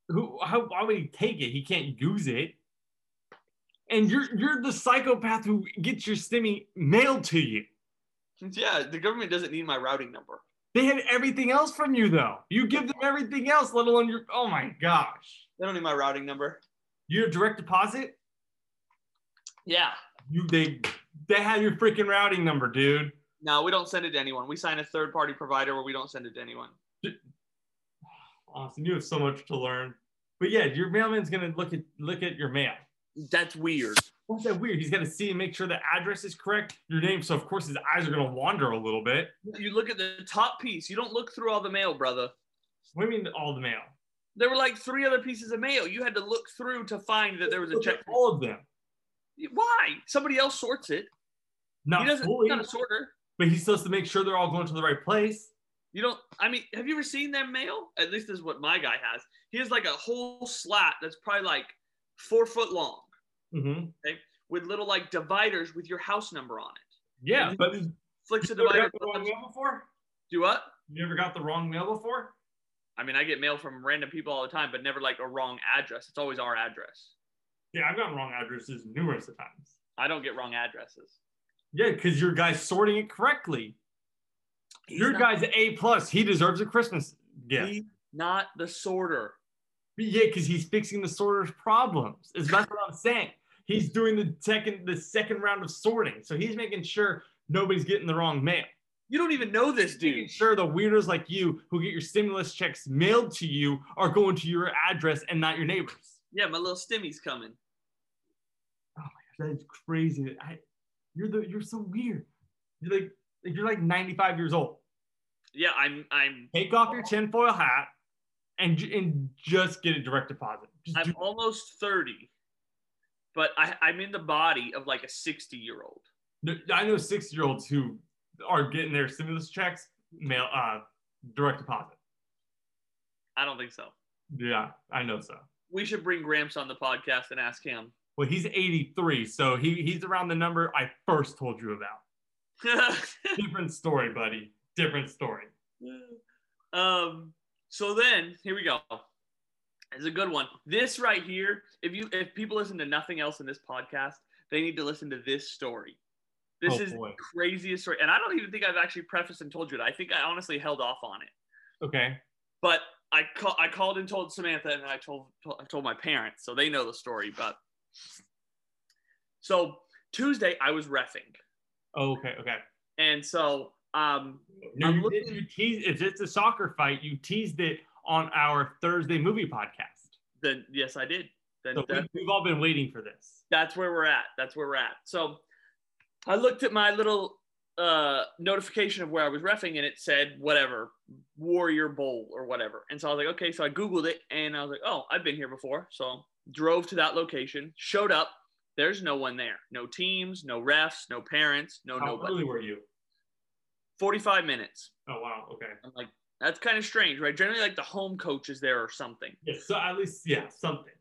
[SPEAKER 3] Who? How? Why would he take it? He can't use it. And you're you're the psychopath who gets your stimmy mailed to you.
[SPEAKER 2] Yeah, the government doesn't need my routing number.
[SPEAKER 3] They had everything else from you though. You give them everything else, let alone your. Oh my gosh.
[SPEAKER 2] They don't need my routing number.
[SPEAKER 3] Your direct deposit.
[SPEAKER 2] Yeah.
[SPEAKER 3] You they they had your freaking routing number, dude.
[SPEAKER 2] No, we don't send it to anyone. We sign a third party provider where we don't send it to anyone.
[SPEAKER 3] Austin, you have so much to learn. But yeah, your mailman's gonna look at look at your mail.
[SPEAKER 2] That's weird.
[SPEAKER 3] What's that weird? He's gonna see and make sure the address is correct, your name. So of course his eyes are gonna wander a little bit.
[SPEAKER 2] You look at the top piece, you don't look through all the mail, brother.
[SPEAKER 3] What do you mean all the mail?
[SPEAKER 2] There were like three other pieces of mail. You had to look through to find that there was a
[SPEAKER 3] Look at
[SPEAKER 2] check.
[SPEAKER 3] all of them.
[SPEAKER 2] Why? Somebody else sorts it. He
[SPEAKER 3] Not
[SPEAKER 2] doesn't,
[SPEAKER 3] fully,
[SPEAKER 2] he's not a sorter.
[SPEAKER 3] but he's supposed to make sure they're all going to the right place.
[SPEAKER 2] You don't. I mean, have you ever seen them mail? At least this is what my guy has. He has like a whole slat that's probably like four foot long
[SPEAKER 3] Mm-hmm.
[SPEAKER 2] with little like dividers with your house number on it.
[SPEAKER 3] Yeah, but you
[SPEAKER 2] Flicks a
[SPEAKER 3] ever
[SPEAKER 2] divider.
[SPEAKER 3] got the wrong mail before?
[SPEAKER 2] Do what?
[SPEAKER 3] You ever got the wrong mail before?
[SPEAKER 2] I mean, I get mail from random people all the time, but never like a wrong address. It's always our address.
[SPEAKER 3] Yeah, I've gotten wrong addresses numerous of times.
[SPEAKER 2] I don't get wrong addresses.
[SPEAKER 3] Yeah, because your guy's sorting it correctly.
[SPEAKER 2] He's
[SPEAKER 3] your
[SPEAKER 2] not-
[SPEAKER 3] guy's A plus. He deserves a Christmas gift.
[SPEAKER 2] He's not the sorter.
[SPEAKER 3] Yeah, because he's fixing the sorter's problems. Is that's what I'm saying. He's doing the second the second round of sorting, so he's making sure nobody's getting the wrong mail.
[SPEAKER 2] You don't even know this
[SPEAKER 3] Making
[SPEAKER 2] dude.
[SPEAKER 3] sure the weirdos like you who get your stimulus checks mailed to you are going to your address and not your neighbors.
[SPEAKER 2] Yeah, my little Stimmy's coming.
[SPEAKER 3] That's crazy. I, you're the you're so weird. You're like you're like 95 years old.
[SPEAKER 2] Yeah, I'm. I'm.
[SPEAKER 3] Take off your tinfoil hat and ju- and just get a direct deposit. Just
[SPEAKER 2] I'm
[SPEAKER 3] do-
[SPEAKER 2] almost thirty, but I, I'm in the body of like a sixty-year-old.
[SPEAKER 3] I know six year olds who are getting their stimulus checks mail uh direct deposit.
[SPEAKER 2] I don't think so.
[SPEAKER 3] Yeah, I know so.
[SPEAKER 2] We should bring Gramps on the podcast and ask him.
[SPEAKER 3] Well, he's 83, so he he's around the number I first told you about. Different story, buddy. Different story.
[SPEAKER 2] um. So then, here we go. It's a good one. This right here. If you, if people listen to nothing else in this podcast, they need to listen to this story. This
[SPEAKER 3] oh
[SPEAKER 2] is
[SPEAKER 3] boy.
[SPEAKER 2] craziest story. And I don't even think I've actually prefaced and told you that. I think I honestly held off on it.
[SPEAKER 3] Okay.
[SPEAKER 2] But I call, I called and told Samantha, and I told told- I told my parents, so they know the story. But so Tuesday I was refing,
[SPEAKER 3] Oh, okay. Okay.
[SPEAKER 2] and so um
[SPEAKER 3] No,
[SPEAKER 2] I'm
[SPEAKER 3] you,
[SPEAKER 2] looking-
[SPEAKER 3] did, you teased if it's a soccer fight, you teased it on our Thursday movie podcast.
[SPEAKER 2] then yes I did. Then
[SPEAKER 3] So
[SPEAKER 2] that,
[SPEAKER 3] we, we've all been waiting for this.
[SPEAKER 2] that's where we're at. That's where we're at. So I looked at my little uh notification of where I was refing and it said whatever Warrior Bowl or whatever. And so I was like, okay, so I googled it and I was like, oh, I've been here before. So drove to that location, showed up. There's no one there. No teams, no refs, no parents, no
[SPEAKER 3] How
[SPEAKER 2] nobody.
[SPEAKER 3] early were you?
[SPEAKER 2] 45 minutes.
[SPEAKER 3] Oh wow. Okay.
[SPEAKER 2] I'm like, that's kind of strange, right? Generally like the home coach is there or something.
[SPEAKER 3] Yeah. So at least yeah something.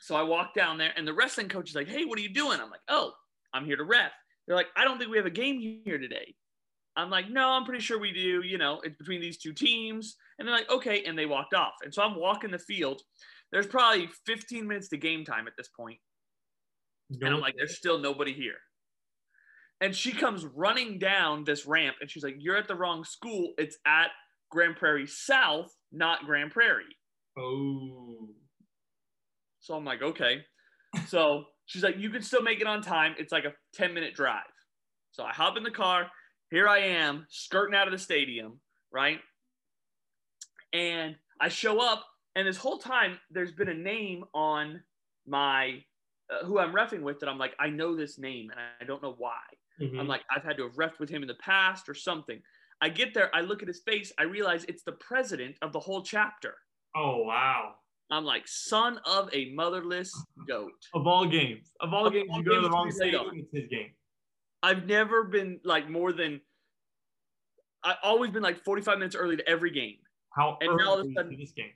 [SPEAKER 2] So I walk down there, and the wrestling coach is like, "Hey, what are you doing?" I'm like, "Oh, I'm here to ref." They're like, "I don't think we have a game here today." I'm like, "No, I'm pretty sure we do. You know, it's between these two teams." And they're like, "Okay," and they walked off. And so I'm walking the field. There's probably 15 minutes to game time at this point, and I'm like, "There's still nobody here." And she comes running down this ramp, and she's like, "You're at the wrong school. It's at Grand Prairie South, not Grand Prairie."
[SPEAKER 3] oh.
[SPEAKER 2] So I'm like, okay. So she's like, you can still make it on time. It's like a 10 minute drive. So I hop in the car. Here I am skirting out of the stadium, right? And I show up, and this whole time there's been a name on my uh, who I'm refing with that I'm like, I know this name, and I don't know why.
[SPEAKER 3] Mhm.
[SPEAKER 2] I'm like, I've had to have refed with him in the past or something. I get there, I look at his face, I realize it's the president of the whole chapter.
[SPEAKER 3] oh wow.
[SPEAKER 2] I'm like, son of a motherless goat.
[SPEAKER 3] Of all games, of all
[SPEAKER 2] Of
[SPEAKER 3] games,
[SPEAKER 2] all
[SPEAKER 3] you go to the
[SPEAKER 2] games
[SPEAKER 3] wrong
[SPEAKER 2] to be late
[SPEAKER 3] stadium.
[SPEAKER 2] on.
[SPEAKER 3] It's his game.
[SPEAKER 2] I've never been like more than I've always been like 45 minutes early to every game.
[SPEAKER 3] How
[SPEAKER 2] And
[SPEAKER 3] early
[SPEAKER 2] now all of a
[SPEAKER 3] were you
[SPEAKER 2] sudden-
[SPEAKER 3] to this game?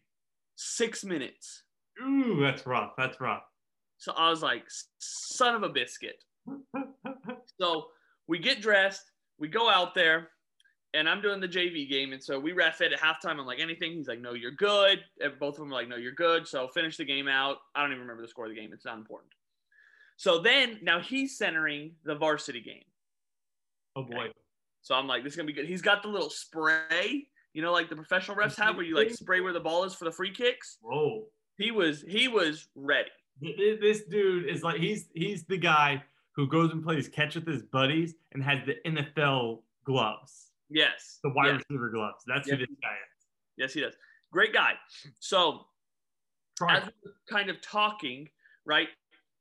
[SPEAKER 2] Six minutes.
[SPEAKER 3] Ooh, that's rough. That's rough.
[SPEAKER 2] So I was like, son of a biscuit. So we get dressed, we go out there, and I'm doing the JV game. And so we ref it at halftime. I'm like, anything? He's like, no, you're good. And both of them are like, no, you're good. So finish the game out. I don't even remember the score of the game. It's not important. So then now he's centering the varsity game.
[SPEAKER 3] Oh boy.
[SPEAKER 2] So I'm like, this is gonna be good. He's got the little spray, you know, like the professional refs have, where you like spray where the ball is for the free kicks.
[SPEAKER 3] Whoa.
[SPEAKER 2] He was he was ready.
[SPEAKER 3] Th- th- This dude is like he's he's the guy who goes and plays catch with his buddies and has the NFL gloves,
[SPEAKER 2] Yes,
[SPEAKER 3] the wide
[SPEAKER 2] yes,
[SPEAKER 3] receiver gloves. That's who
[SPEAKER 2] Yeah.
[SPEAKER 3] this guy is.
[SPEAKER 2] yes, he does. Great guy. So
[SPEAKER 3] Try
[SPEAKER 2] As- kind of talking, right?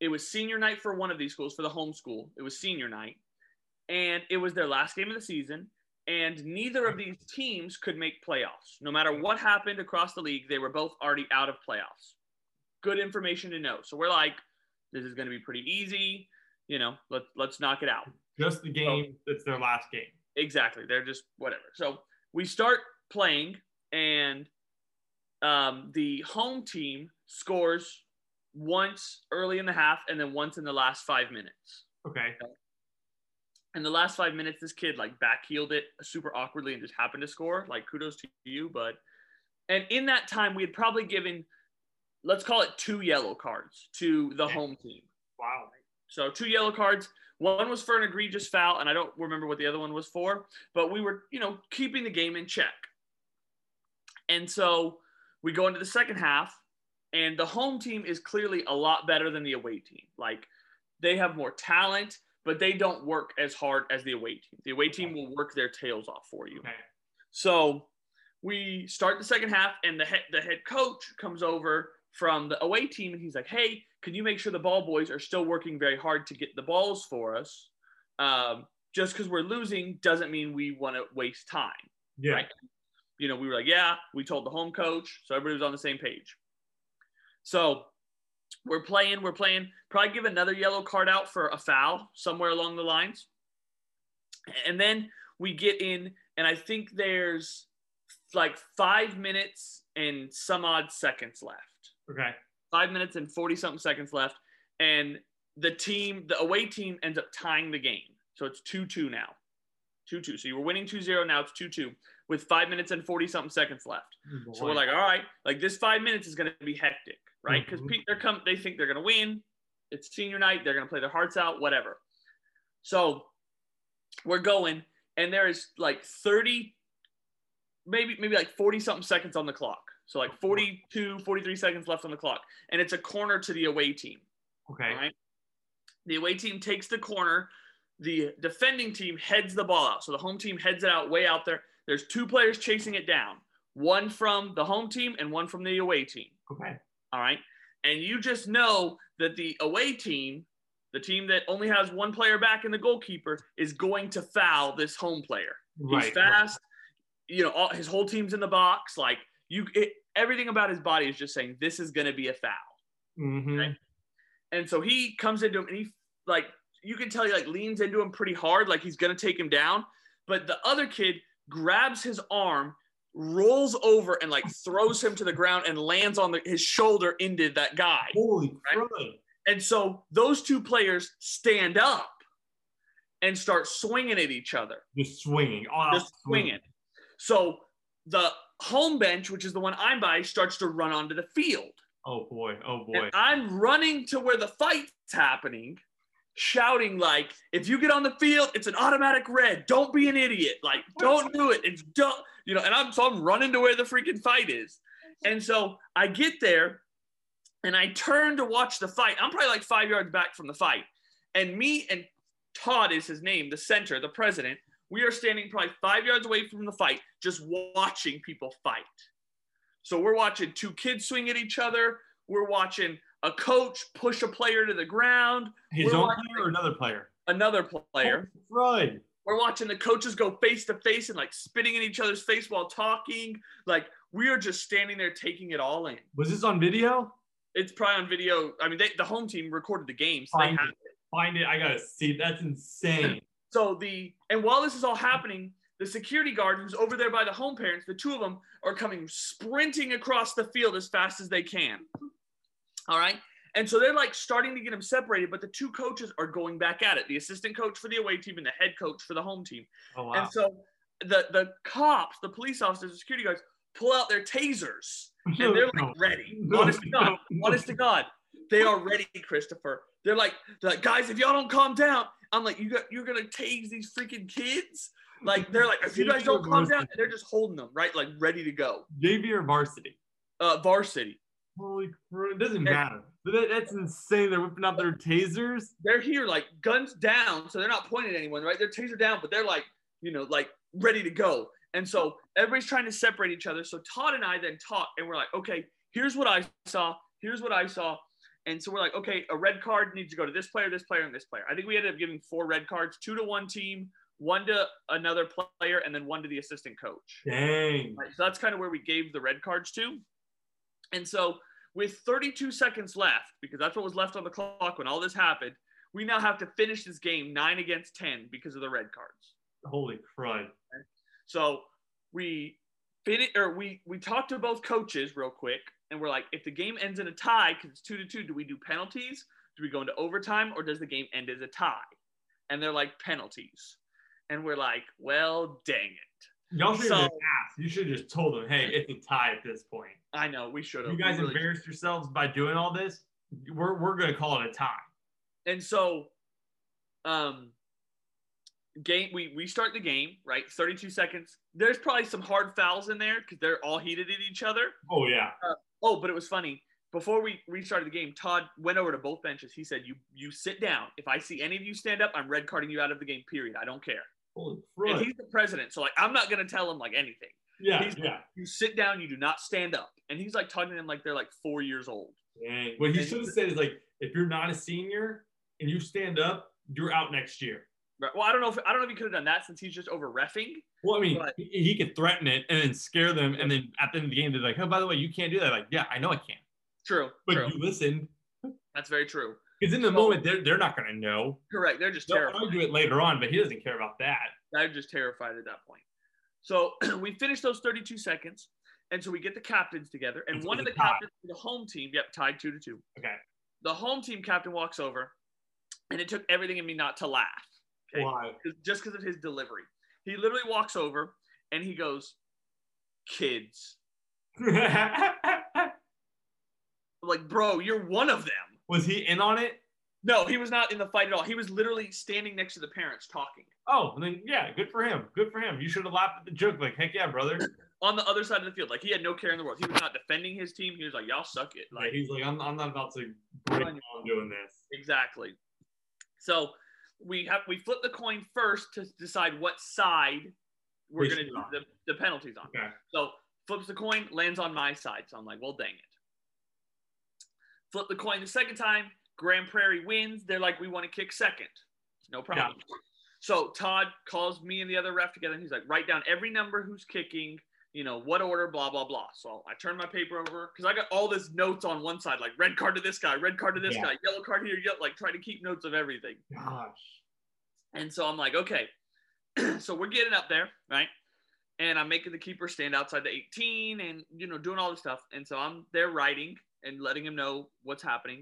[SPEAKER 2] It was senior night for one of these schools, for the home school. It was senior night. And it was their last game of the season. And neither of these teams could make playoffs. No matter what happened across the league, they were both already out of playoffs. Good information to know. So we're like, this is going to be pretty easy. You know, let's let's knock it out. Oh.
[SPEAKER 3] just the game. That's their last game.
[SPEAKER 2] Exactly. They're just whatever. So we start playing, and um, the home team scores once early in the half and then once in the last five minutes.
[SPEAKER 3] Okay.
[SPEAKER 2] In the last five minutes, this kid like backheeled it super awkwardly and just happened to score. Like kudos to you, but and in that time we had probably given, let's call it two yellow cards to the home team.
[SPEAKER 3] Wow.
[SPEAKER 2] So two yellow cards. One was for an egregious foul, and I don't remember what the other one was for, but we were, you know, keeping the game in check. And so we go into the second half, and the home team is clearly a lot better than the away team. Like they have more talent, but they don't work as hard as the away team. The away team will work their tails off for you.
[SPEAKER 3] Okay.
[SPEAKER 2] So we start the second half, and the head, the head coach comes over from the away team, and he's like, "Hey, can you make sure the ball boys are still working very hard to get the balls for us? Um, just because we're losing doesn't mean we want to waste time."
[SPEAKER 3] Yeah.
[SPEAKER 2] Right. You know, we were like, "Yeah," we told the home coach, so everybody was on the same page. So we're playing, we're playing. Probably give another yellow card out for a foul somewhere along the lines, and then we get in, and I think there's like five minutes and some odd seconds left.
[SPEAKER 3] Okay.
[SPEAKER 2] Five minutes and 40 something seconds left. And the team, the away team ends up tying the game. So it's 2 2 now. 2 2. So you were winning 2 0. Now it's 2 2 with five minutes and 40 something seconds left. So we're like, all right, like this five minutes is going to be hectic, right? Because
[SPEAKER 3] Mhm.
[SPEAKER 2] they're come, they think they're going to win. It's senior night. They're going to play their hearts out, whatever. So we're going, and there is like 30, maybe maybe like 40 something seconds on the clock. So like 42, 43 seconds left on the clock, and it's a corner to the away team.
[SPEAKER 3] okay.
[SPEAKER 2] All right. The away team takes the corner. The defending team heads the ball out. So the home team heads it out way out there. There's two players chasing it down one from the home team and one from the away team.
[SPEAKER 3] Okay.
[SPEAKER 2] All right. And you just know that the away team, the team that only has one player back and the goalkeeper, is going to foul this home player. He's
[SPEAKER 3] Right.
[SPEAKER 2] fast. You know, all, his whole team's in the box. Like, you, it, everything about his body is just saying, this is going to be a foul.
[SPEAKER 3] Mhm.
[SPEAKER 2] Right. And so he comes into him and he like you can tell he like leans into him pretty hard, like he's gonna take him down. But the other kid grabs his arm, rolls over, and like throws him to the ground and lands on the, his shoulder into that guy.
[SPEAKER 3] Holy
[SPEAKER 2] Right.
[SPEAKER 3] crud.
[SPEAKER 2] And so those two players stand up and start swinging at each other
[SPEAKER 3] Just swinging. Oh,
[SPEAKER 2] just swinging. So the home bench, which is the one I'm by, starts to run onto the field.
[SPEAKER 3] Oh boy. Oh boy.
[SPEAKER 2] And I'm running to where the fight's happening, shouting like, "If you get on the field, it's an automatic red. Don't be an idiot. Like, don't do it. It's dumb." You know, and I'm so I'm running to where the freaking fight is, and so I get there, and I turn to watch the fight. I'm probably like five yards back from the fight, and me and Todd is his name, the center, the president. We are standing probably five yards away from the fight, just watching people fight. So we're watching two kids swing at each other. We're watching a coach push a player to the ground,
[SPEAKER 3] His
[SPEAKER 2] we're
[SPEAKER 3] own
[SPEAKER 2] watching-
[SPEAKER 3] player or another player?
[SPEAKER 2] another player.
[SPEAKER 3] Holy crud.
[SPEAKER 2] We're watching the coaches go face to face and like spitting in each other's face while talking. Like we are just standing there taking it all in.
[SPEAKER 3] Was this on video?
[SPEAKER 2] It's probably on video. I mean, they, the home team recorded the game, so they
[SPEAKER 3] Fine.
[SPEAKER 2] have
[SPEAKER 3] Find it. I gotta see. That's insane.
[SPEAKER 2] So the and while this is all happening, the security guard who's over there by the home parents, the two of them are coming sprinting across the field as fast as they can. All right. And so they're like starting to get them separated, but the two coaches are going back at it. The assistant coach for the away team and the head coach for the home team.
[SPEAKER 3] Oh wow.
[SPEAKER 2] And so the the cops, the police officers, the security guards pull out their tasers and they're like ready.
[SPEAKER 3] No,
[SPEAKER 2] honest to God,
[SPEAKER 3] no.
[SPEAKER 2] honest to God, they are ready, Christopher. They're like, they're like, guys, if y'all don't calm down, I'm like, you got, you're gonna tase these freaking kids. Like they're like, if you guys don't calm down, they're just holding them right, like ready to go.
[SPEAKER 3] JV or varsity?
[SPEAKER 2] Uh, varsity,
[SPEAKER 3] Holy crud. It doesn't
[SPEAKER 2] They're-
[SPEAKER 3] matter. But that- that's insane. They're whipping out their tasers.
[SPEAKER 2] they're here, like guns down, so they're not pointing at anyone, right? They're taser down, but they're like, you know, like ready to go. And so everybody's trying to separate each other. So Todd and I then talk, and we're like, okay, here's what I saw, here's what I saw. And so we're like, okay, a red card needs to go to this player, this player, and this player. I think we ended up giving four red cards, two to one team, one to another player, and then one to the assistant coach.
[SPEAKER 3] Dang.
[SPEAKER 2] Right, so that's kind of where we gave the red cards to. And so with 32 seconds left, because that's what was left on the clock when all this happened, we now have to finish this game nine against 10 because of the red cards.
[SPEAKER 3] Holy crud.
[SPEAKER 2] So we Fini- or we we talked to both coaches real quick, and we're like, if the game ends in a tie because it's two to two, do we do penalties? Do we go into overtime, or does the game end as a tie? And they're like penalties, and we're like, well, dang it.
[SPEAKER 3] Y'all should
[SPEAKER 2] So-
[SPEAKER 3] have just asked. You should have just told them, hey, it's a tie at this point.
[SPEAKER 2] I know we should have.
[SPEAKER 3] You guys embarrassed yourselves by doing all this. We're, we're going to call it a tie.
[SPEAKER 2] and so um game we we start the game right 32 seconds there's probably some hard fouls in there because they're all heated at each other
[SPEAKER 3] Oh, yeah.
[SPEAKER 2] oh but it was funny before we restarted the game todd went over to both benches he said you you sit down if i see any of you stand up i'm red carding you out of the game period i don't care
[SPEAKER 3] Holy
[SPEAKER 2] and
[SPEAKER 3] crud.
[SPEAKER 2] he's the president so like i'm not gonna tell him like anything
[SPEAKER 3] Yeah,
[SPEAKER 2] he's-
[SPEAKER 3] yeah.
[SPEAKER 2] you sit down you do not stand up and he's like talking to them like they're like four years old
[SPEAKER 3] Dang. What he
[SPEAKER 2] and-
[SPEAKER 3] should have said is like, if you're not a senior and you stand up, you're out next year.
[SPEAKER 2] Right. well i don't know if i don't know if he could have done that since he's just over refing
[SPEAKER 3] Well, I mean,
[SPEAKER 2] But-
[SPEAKER 3] he, he could threaten it and then scare them, and then at the end of the game, they're like, "Oh, by the way, you can't do that." Like, yeah, I know I can't,
[SPEAKER 2] true
[SPEAKER 3] but
[SPEAKER 2] true
[SPEAKER 3] you listened
[SPEAKER 2] that's very true
[SPEAKER 3] because in the
[SPEAKER 2] So-
[SPEAKER 3] moment, they're they're not gonna know.
[SPEAKER 2] Correct. They're just
[SPEAKER 3] They'll
[SPEAKER 2] terrified.
[SPEAKER 3] argue it later on, but he doesn't care about that.
[SPEAKER 2] They're just terrified at that point. So we finish those 32 seconds. And so we get the captains together. And
[SPEAKER 3] It's-
[SPEAKER 2] one of
[SPEAKER 3] it's
[SPEAKER 2] the
[SPEAKER 3] a tie.
[SPEAKER 2] captains for the home team, yep, tied two to two.
[SPEAKER 3] Okay.
[SPEAKER 2] The home team captain walks over. And it took everything in me not to laugh 'Kay.
[SPEAKER 3] Why?
[SPEAKER 2] 'cause- just because of his delivery. He literally walks over and he goes, Kids. I'm like, bro, you're one of them.
[SPEAKER 3] was he in on it?
[SPEAKER 2] No, he was not in the fight at all. He was literally standing next to the parents talking.
[SPEAKER 3] Oh, and then yeah, good for him. Good for him. You should have laughed at the joke. Like, heck yeah, brother.
[SPEAKER 2] On the other side of the field. Like, he had no care in the world. He was not defending his team. He was like, Y'all suck it. Like,
[SPEAKER 3] Like, he's like, I'm, I'm not about to break down doing this.
[SPEAKER 2] Exactly. So we have we flip the coin first to decide what side we're
[SPEAKER 3] We
[SPEAKER 2] going to do
[SPEAKER 3] should not.
[SPEAKER 2] the, the penalties on.
[SPEAKER 3] Okay.
[SPEAKER 2] So flips the coin, lands on my side. So I'm like, well, dang it. Flip the coin the second time. Grand Prairie wins. They're like, we want to kick second. No problem. So Todd calls me and the other ref together, and he's like, write down every number who's kicking. You know what order, blah blah blah. So I turn my paper over because I got all this notes on one side, like red card to this guy, red card to this
[SPEAKER 3] Yeah.
[SPEAKER 2] guy, yellow card here, yellow, like trying to keep notes of everything.
[SPEAKER 3] Gosh.
[SPEAKER 2] And so I'm like, okay. so we're getting up there, right? And I'm making the keeper stand outside the 18 and, you know, doing all this stuff. And so I'm there writing and letting him know what's happening.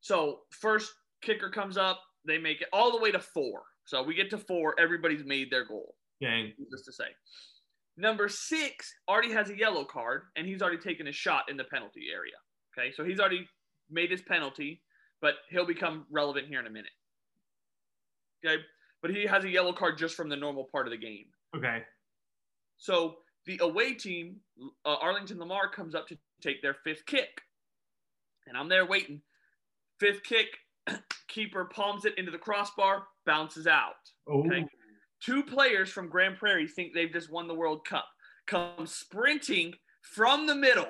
[SPEAKER 2] So first kicker comes up, they make it all the way to four. So we get to four, everybody's made their goal,
[SPEAKER 3] Dang.
[SPEAKER 2] needless to say. Number six already has a yellow card and he's already taken a shot in the penalty area. Okay. So he's already made his penalty, but he'll become relevant here in a minute. Okay. But he has a yellow card just from the normal part of the game.
[SPEAKER 3] Okay.
[SPEAKER 2] So the away team, uh, Arlington Lamar, comes up to take their fifth kick. And I'm there waiting. Fifth kick, keeper palms it into the crossbar, bounces out.
[SPEAKER 3] Oh.
[SPEAKER 2] Okay. Two players from Grand Prairie think they've just won the World Cup, come sprinting from the middle,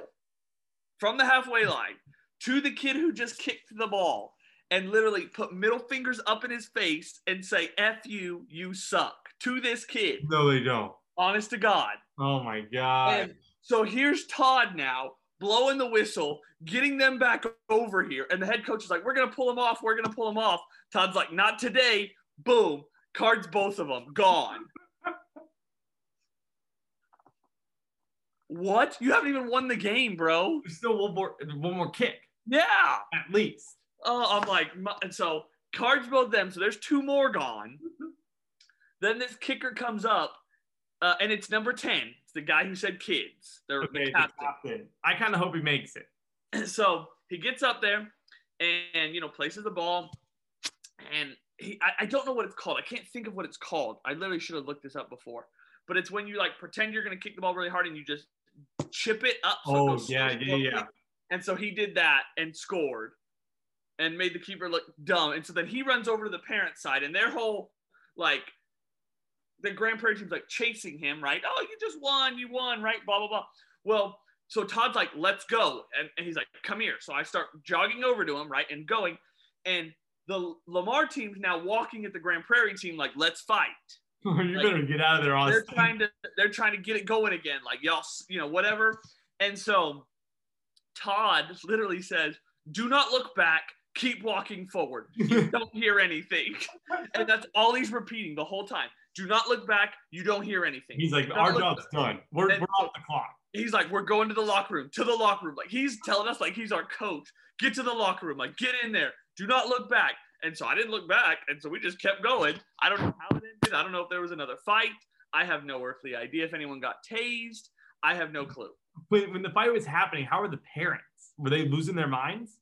[SPEAKER 2] from the halfway line, to the kid who just kicked the ball and literally put middle fingers up in his face and say, F you, you suck, to this kid,
[SPEAKER 3] No, they don't.
[SPEAKER 2] honest to God.
[SPEAKER 3] Oh my god.
[SPEAKER 2] And so here's Todd now blowing the whistle, getting them back over here. And the head coach is like, we're going to pull him off. We're going to pull him off. Todd's like, not today. Boom. Cards both of them. Gone. what? You haven't even won the game, bro.
[SPEAKER 3] There's still one more one more kick
[SPEAKER 2] Yeah.
[SPEAKER 3] at least.
[SPEAKER 2] Oh, I'm like, my, and so cards both them. So there's two more gone. then this kicker comes up, uh, and it's number 10. It's the guy who said kids. They're the
[SPEAKER 3] Okay,
[SPEAKER 2] captain.
[SPEAKER 3] I kind of hope he makes it.
[SPEAKER 2] so he gets up there and you know places the ball and he I, I don't know what it's called i can't think of what it's called i literally should have looked this up before but it's when you like pretend you're going to kick the ball really hard and you just chip it up it
[SPEAKER 3] Oh
[SPEAKER 2] goes
[SPEAKER 3] yeah,
[SPEAKER 2] so
[SPEAKER 3] yeah, yeah.
[SPEAKER 2] slowly. and so he did that and scored and made the keeper look dumb and so then he runs over to the parent side and their whole like the grand prairie team's like chasing him right oh you just won you won right blah blah blah well so Todd's like, let's go. And, and he's like, come here. So I start jogging over to him, right? And going. And the Lamar team's now walking at the Grand Prairie team, like, let's fight.
[SPEAKER 3] you
[SPEAKER 2] Like,
[SPEAKER 3] better get out of there,
[SPEAKER 2] They're
[SPEAKER 3] honestly.
[SPEAKER 2] trying to they're trying to get it going again. Like, y'all, s- you know, whatever. And so Todd literally says, do not look back, keep walking forward. Don't hear anything. And that's all he's repeating the whole time. Do not look back. You don't hear anything.
[SPEAKER 3] He's like,
[SPEAKER 2] Do not
[SPEAKER 3] our
[SPEAKER 2] look
[SPEAKER 3] job's
[SPEAKER 2] back."
[SPEAKER 3] done. We're,
[SPEAKER 2] Then-
[SPEAKER 3] we're off the clock.
[SPEAKER 2] He's like, we're going to the locker room. To the locker room. Like he's telling us, like he's our coach. Get to the locker room. Like get in there. Do not look back. And so I didn't look back. And so we just kept going. I don't know how it ended. I don't know if there was another fight. I have no earthly idea if anyone got tased. I have no clue.
[SPEAKER 3] When, when the fight was happening, how were the parents? Were they losing their minds?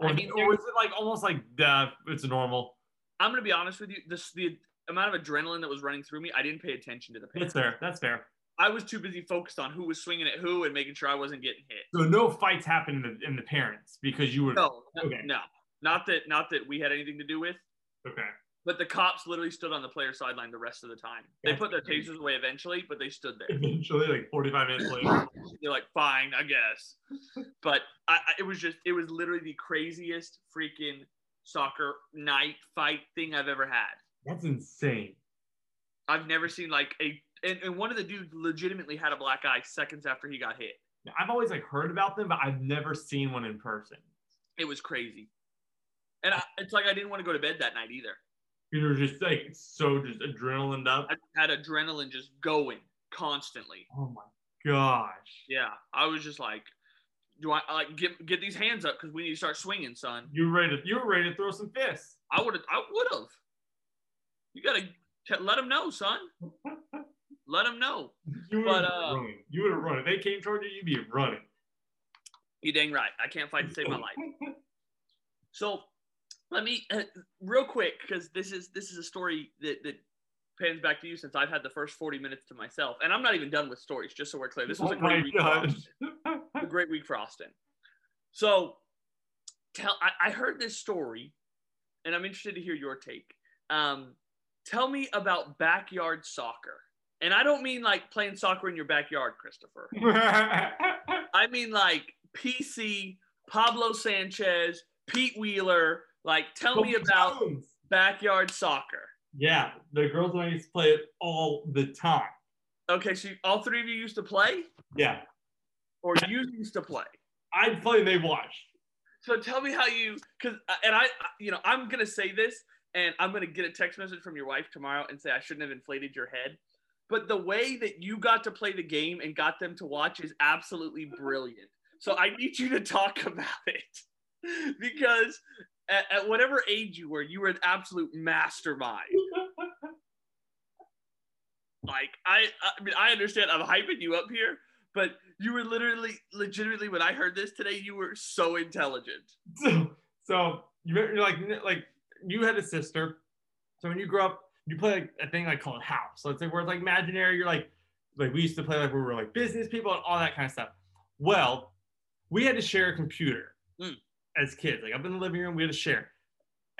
[SPEAKER 3] Or,
[SPEAKER 2] I mean,
[SPEAKER 3] or was it like almost like uh, it's normal?
[SPEAKER 2] I'm gonna be honest with you. This the amount of adrenaline that was running through me. I didn't pay attention to the parents.
[SPEAKER 3] That's fair. That's fair.
[SPEAKER 2] I was too busy focused on who was swinging at who and making sure I wasn't getting hit.
[SPEAKER 3] So no fights happened in the, in the parents because you were
[SPEAKER 2] No,
[SPEAKER 3] Okay.
[SPEAKER 2] no, not that not that we had anything to do with.
[SPEAKER 3] okay.
[SPEAKER 2] But the cops literally stood on the player sideline the rest of the time. They
[SPEAKER 3] That's
[SPEAKER 2] put their
[SPEAKER 3] crazy.
[SPEAKER 2] tasers away eventually, but they stood there.
[SPEAKER 3] Eventually, like 45 minutes later.
[SPEAKER 2] They're like, fine, I guess. But I, I, it was just, it was literally the craziest freaking soccer night fight thing I've ever had.
[SPEAKER 3] That's insane.
[SPEAKER 2] I've never seen like a, and, and one of the dudes legitimately had a black eye seconds after he got hit.
[SPEAKER 3] I've always like heard about them, but I've never seen one in person.
[SPEAKER 2] It was crazy. And I, it's like I didn't want to go to bed that night either.
[SPEAKER 3] You were just like so just adrenaline up.
[SPEAKER 2] I had adrenaline just going constantly.
[SPEAKER 3] Oh my gosh.
[SPEAKER 2] Yeah, I was just like, do I I like get get these hands up because we need to start swinging, son.
[SPEAKER 3] You were ready to, you were ready to throw some fists.
[SPEAKER 2] I would have, I would have. You gotta t- let them know, son. Let them know.
[SPEAKER 3] You would
[SPEAKER 2] But,
[SPEAKER 3] have
[SPEAKER 2] uh,
[SPEAKER 3] running. You would have run. If they came toward you, you'd be running.
[SPEAKER 2] You dang right. I can't fight to save my
[SPEAKER 3] Oh.
[SPEAKER 2] life. So, let me uh, real quick because this is this is a story that that pans back to you since I've had the first forty minutes to myself, and I'm not even done with stories. Just so we're clear, this was
[SPEAKER 3] Oh
[SPEAKER 2] a great
[SPEAKER 3] my
[SPEAKER 2] week. for
[SPEAKER 3] gosh.
[SPEAKER 2] us. a great week for Austin. So tell I, I heard this story and I'm interested to hear your take. Um, tell me about backyard soccer. And I don't mean like playing soccer in your backyard, Christopher. I mean like PC, Pablo Sanchez, Pete Wheeler. Like tell me about
[SPEAKER 3] Jones.
[SPEAKER 2] backyard soccer.
[SPEAKER 3] Yeah, the girls and I used to play it all the time.
[SPEAKER 2] Okay, so you- all three of you used to play
[SPEAKER 3] Yeah,
[SPEAKER 2] or you used to play?
[SPEAKER 3] I'd play and they watched.
[SPEAKER 2] So tell me how you, cause uh, and I, you know, I'm gonna say this, and I'm gonna get a text message from your wife tomorrow and say I shouldn't have inflated your head, but the way that you got to play the game and got them to watch is absolutely brilliant. So I need you to talk about it, because at, at whatever age you were, you were an absolute mastermind. Like I, I mean, I understand I'm hyping you up here, but you were literally, legitimately, when I heard this today, you were so intelligent.
[SPEAKER 3] so, so you remember, like like you had a sister. So when you grow up, you play like, a thing like called house. So it's like where it's like imaginary. You're like like we used to play like we were like business people and all that kind of stuff. Well, we had to share a computer
[SPEAKER 2] Mm.
[SPEAKER 3] as kids. Like up in the living room, we had to share,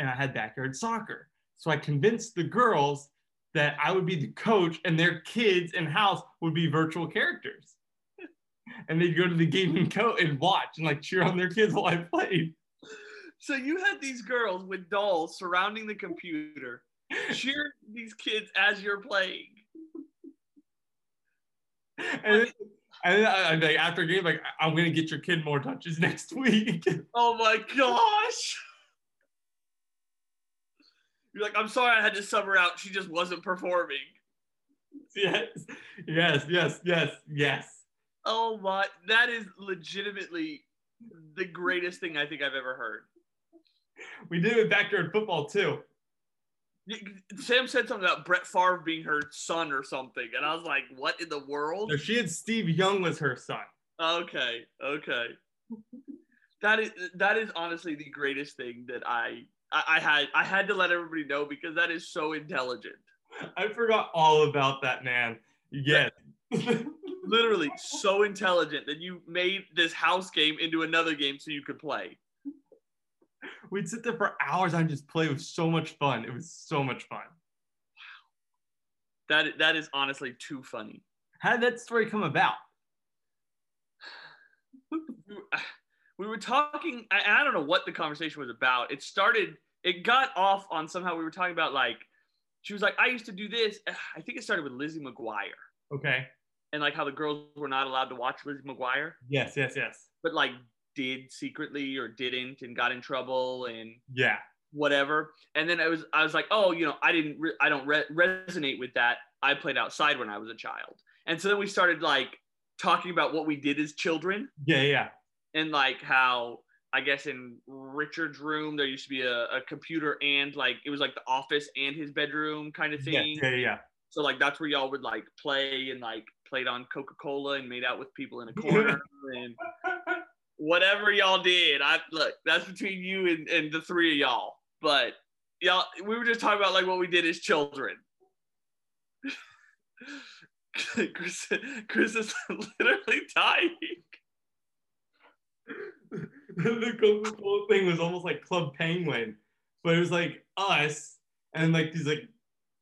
[SPEAKER 3] and I had backyard soccer. So I convinced the girls that I would be the coach, and their kids in house would be virtual characters. And they'd go to the game and go and watch and like cheer on their kids while I played.
[SPEAKER 2] So you had these girls with dolls surrounding the computer, cheer these kids as you're playing.
[SPEAKER 3] and then, and then I, I'm like after a game, like "I- I'm gonna get your kid more touches next week.
[SPEAKER 2] Oh my gosh. You're like, I'm sorry I had to sub her out. She just wasn't performing.
[SPEAKER 3] yes, yes, yes, yes, yes.
[SPEAKER 2] Oh my, that is legitimately the greatest thing I think I've ever heard.
[SPEAKER 3] We did it with backyard football too.
[SPEAKER 2] Sam said something about Brett Favre being her son or something, and I was like, "What in the world?"
[SPEAKER 3] So she had Steve Young was her son.
[SPEAKER 2] Okay, okay. That is that is honestly the greatest thing that I I, I had I had to let everybody know because that is so intelligent.
[SPEAKER 3] I forgot all about that man. Yes.
[SPEAKER 2] Literally so intelligent that you made this house game into another game so you could play.
[SPEAKER 3] We'd sit there for hours and just play. It was so much fun. It was so much fun.
[SPEAKER 2] That i- that is honestly too funny.
[SPEAKER 3] How did that story come about?
[SPEAKER 2] We were- We were talking I, I don't know what the conversation was about. It started it got off on somehow we were talking about like she was like I used to do this. I think it started with Lizzie McGuire
[SPEAKER 3] Okay.
[SPEAKER 2] and like how the girls were not allowed to watch Lizzie McGuire.
[SPEAKER 3] Yes, yes, yes.
[SPEAKER 2] but like did secretly or didn't and got in trouble and
[SPEAKER 3] Yeah.
[SPEAKER 2] whatever. And then I was I was like, oh, you know, I didn't re- I don't re- resonate with that. I played outside when I was a child, and so then we started like talking about what we did as children
[SPEAKER 3] Yeah, yeah.
[SPEAKER 2] and like how I guess in Richard's room there used to be a, a computer and like it was like the office and his bedroom kind of thing.
[SPEAKER 3] Yeah, yeah, yeah.
[SPEAKER 2] So like that's where y'all would like play and like played on Coca Cola and made out with people in a corner and whatever y'all did. I look that's between you and, and the three of y'all. But y'all we were just talking about like what we did as children. Chris, Chris is literally dying.
[SPEAKER 3] the Coca Cola thing was almost like Club Penguin, but it was like us and like these like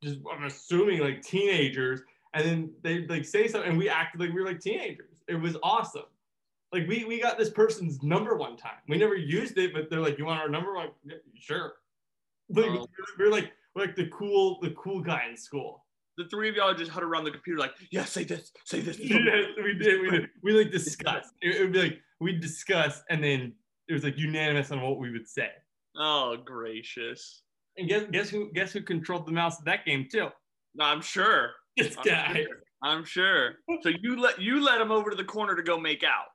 [SPEAKER 3] just I'm assuming like teenagers, and then they like say something, and we acted like we were like teenagers. It was awesome. Like we we got this person's number one time. We never used it, but they're like, "You want our number?" Like, "Yeah, sure. Like
[SPEAKER 2] Oh.
[SPEAKER 3] we we're like we're like the cool the cool guy in school.
[SPEAKER 2] The three of y'all just huddled around the computer like, yeah, say this, say this.
[SPEAKER 3] yes, we did. We did. We like discussed. It, it would be like we discussed, and then it was like unanimous on what we would say.
[SPEAKER 2] Oh gracious.
[SPEAKER 3] And guess guess who guess who controlled the mouse in that game too?
[SPEAKER 2] I'm sure.
[SPEAKER 3] This
[SPEAKER 2] I'm
[SPEAKER 3] guy.
[SPEAKER 2] sure. I'm sure. So you let you let him over to the corner to go make out.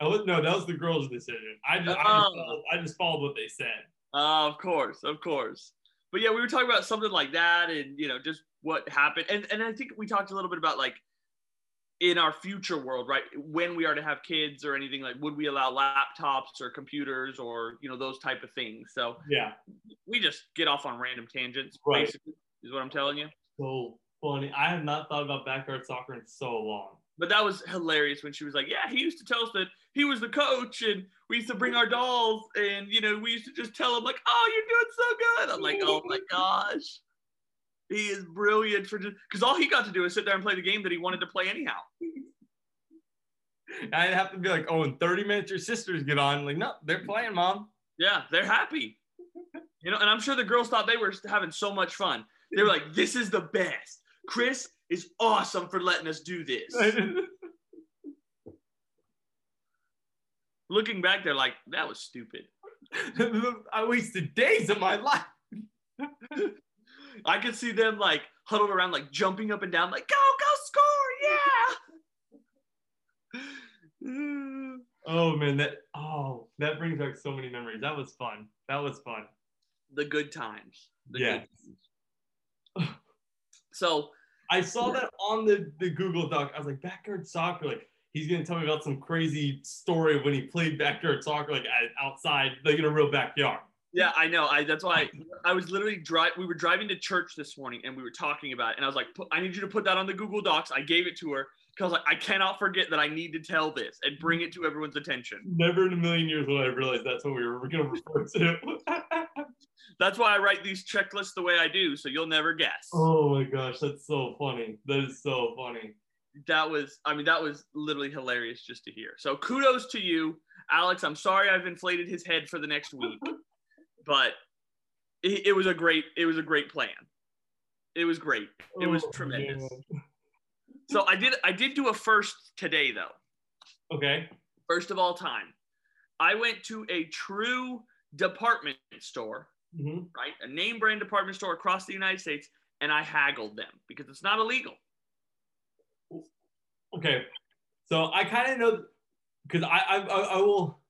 [SPEAKER 3] I was, no, that was the girls' decision. I just, I, just
[SPEAKER 2] Oh.
[SPEAKER 3] followed, I just followed what they said.
[SPEAKER 2] Uh, of course, of course. But yeah, we were talking about something like that, and you know, just what happened, and and I think we talked a little bit about like in our future world, right? When we are to have kids or anything, like would we allow laptops or computers or you know those type of things? So
[SPEAKER 3] Yeah.
[SPEAKER 2] we just get off on random tangents,
[SPEAKER 3] Right.
[SPEAKER 2] basically, is what I'm telling you.
[SPEAKER 3] So funny. I have not thought about backyard soccer in so long.
[SPEAKER 2] But that was hilarious when she was like, "Yeah, he used to tell us that he was the coach, and we used to bring our dolls, and you know, we used to just tell him like, oh, you're doing so good.'" I'm like, "Oh my gosh, he is brilliant for just because all he got to do is sit there and play the game that he wanted to play anyhow."
[SPEAKER 3] I'd have to be like, oh, in 30 minutes your sisters get on. Like, no, they're playing, mom.
[SPEAKER 2] Yeah, they're happy, you know, and I'm sure the girls thought they were having so much fun. They were like, "This is the best. Chris is awesome for letting us do this." Looking back, they're like, "That was stupid."
[SPEAKER 3] I wasted days of my life.
[SPEAKER 2] I could see them like huddled around, like jumping up and down, like go go score, yeah.
[SPEAKER 3] Oh man, that oh that brings back so many memories. That was fun. That was fun.
[SPEAKER 2] the good times. The
[SPEAKER 3] Yeah.
[SPEAKER 2] Good times. So
[SPEAKER 3] I saw that on the, the Google Doc. I was like, backyard soccer. Like, he's gonna tell me about some crazy story of when he played backyard soccer, like at, outside, like in a real backyard.
[SPEAKER 2] yeah, I know. I that's why I, was literally drive. We were driving to church this morning, and we were talking about it. And I was like, "Put- I need you to put that on the Google Docs. I gave it to her because like I cannot forget that I need to tell this and bring it to everyone's attention.
[SPEAKER 3] Never in a million years would I realize that's what we were gonna refer to.
[SPEAKER 2] That's why I write these checklists the way I do, so you'll never guess.
[SPEAKER 3] oh my gosh, that's so funny. That is so funny.
[SPEAKER 2] that was i mean that was literally hilarious just to hear so kudos to you alex i'm sorry i've inflated his head for the next week but it, it was a great it was a great plan it was great It was
[SPEAKER 3] Oh,
[SPEAKER 2] tremendous.
[SPEAKER 3] man.
[SPEAKER 2] so i did i did do a first today though
[SPEAKER 3] Okay.
[SPEAKER 2] first of all time i went to a true department store
[SPEAKER 3] hmm
[SPEAKER 2] right a name brand department store across the united states and i haggled them because it's not illegal
[SPEAKER 3] Okay. So I kind of know because I, I I I will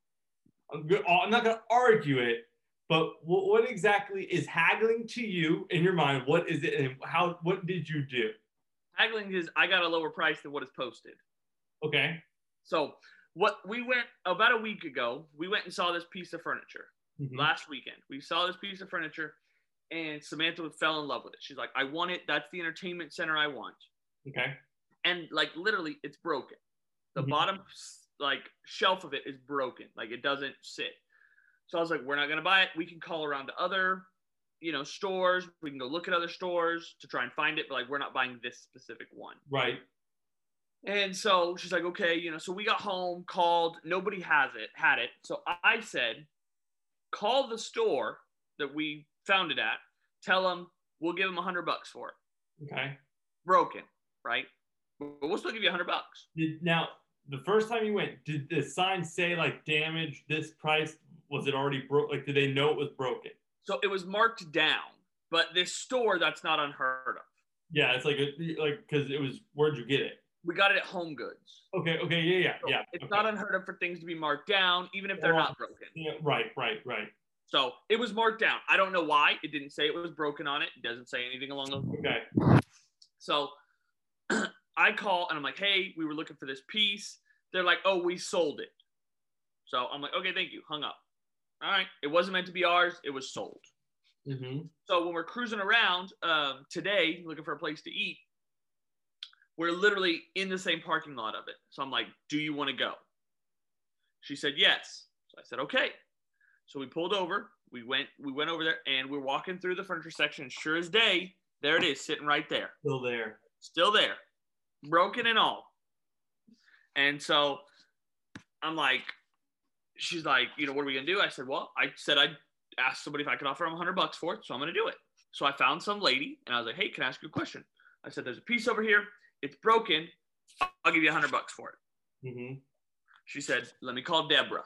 [SPEAKER 3] I'm, go- I'm not gonna argue it, but what, what exactly is haggling to you in your mind? What is it, and how? What did you do?
[SPEAKER 2] haggling is i got a lower price than what is posted
[SPEAKER 3] Okay.
[SPEAKER 2] So what we went about a week ago, we went and saw this piece of furniture
[SPEAKER 3] Mhm.
[SPEAKER 2] last weekend. We saw this piece of furniture and Samantha fell in love with it. She's like, I want it. That's the entertainment center I want.
[SPEAKER 3] Okay.
[SPEAKER 2] And like literally it's broken. The
[SPEAKER 3] Mhm.
[SPEAKER 2] bottom like shelf of it is broken. Like it doesn't sit. So I was like, we're not gonna buy it. We can call around to other, you know, stores. We can go look at other stores to try and find it, but like we're not buying this specific one.
[SPEAKER 3] Right.
[SPEAKER 2] And so she's like, okay, you know, so we got home, called, nobody has it, had it. So I said, call the store that we found it at, tell them we'll give them a hundred bucks for it.
[SPEAKER 3] Okay.
[SPEAKER 2] Broken, right? But we'll still give you a hundred bucks.
[SPEAKER 3] Did, now the first time you went, did the sign say like damage this price? Was it already broke? Like, did they know it was broken?
[SPEAKER 2] So it was marked down, but this store that's not unheard of.
[SPEAKER 3] Yeah, it's like a, like because it was where'd you get it?
[SPEAKER 2] We got it at Home Goods.
[SPEAKER 3] Okay, okay, yeah, yeah,
[SPEAKER 2] So
[SPEAKER 3] yeah.
[SPEAKER 2] It's
[SPEAKER 3] okay.
[SPEAKER 2] not unheard of for things to be marked down, even if they're
[SPEAKER 3] Yeah.
[SPEAKER 2] not broken.
[SPEAKER 3] Yeah, right, right, right.
[SPEAKER 2] So it was marked down. I don't know why. It didn't say it was broken on it. It doesn't say anything along those.
[SPEAKER 3] Okay.
[SPEAKER 2] So I call and I'm like, hey, we were looking for this piece. They're like, oh, we sold it. So I'm like, okay, thank you. Hung up. All right. It wasn't meant to be ours. It was sold.
[SPEAKER 3] Mm-hmm.
[SPEAKER 2] So when we're cruising around um, today, looking for a place to eat, we're literally in the same parking lot of it. So I'm like, "Do you want to go?" She said, "Yes." So I said, "Okay." So we pulled over. We went. We went over there, and we're walking through the furniture section. and Sure as day, there it is, sitting right there,
[SPEAKER 3] Still there.
[SPEAKER 2] still there, broken and all. And so I'm like, she's like, you know, what are we gonna do? I said, well, I said I'd ask somebody if I could offer them 100 bucks for it, so I'm gonna do it. So I found some lady and I was like, hey, can I ask you a question? I said, there's a piece over here, it's broken. I'll give you 100 bucks for it.
[SPEAKER 3] Mm-hmm.
[SPEAKER 2] She said, let me call Deborah.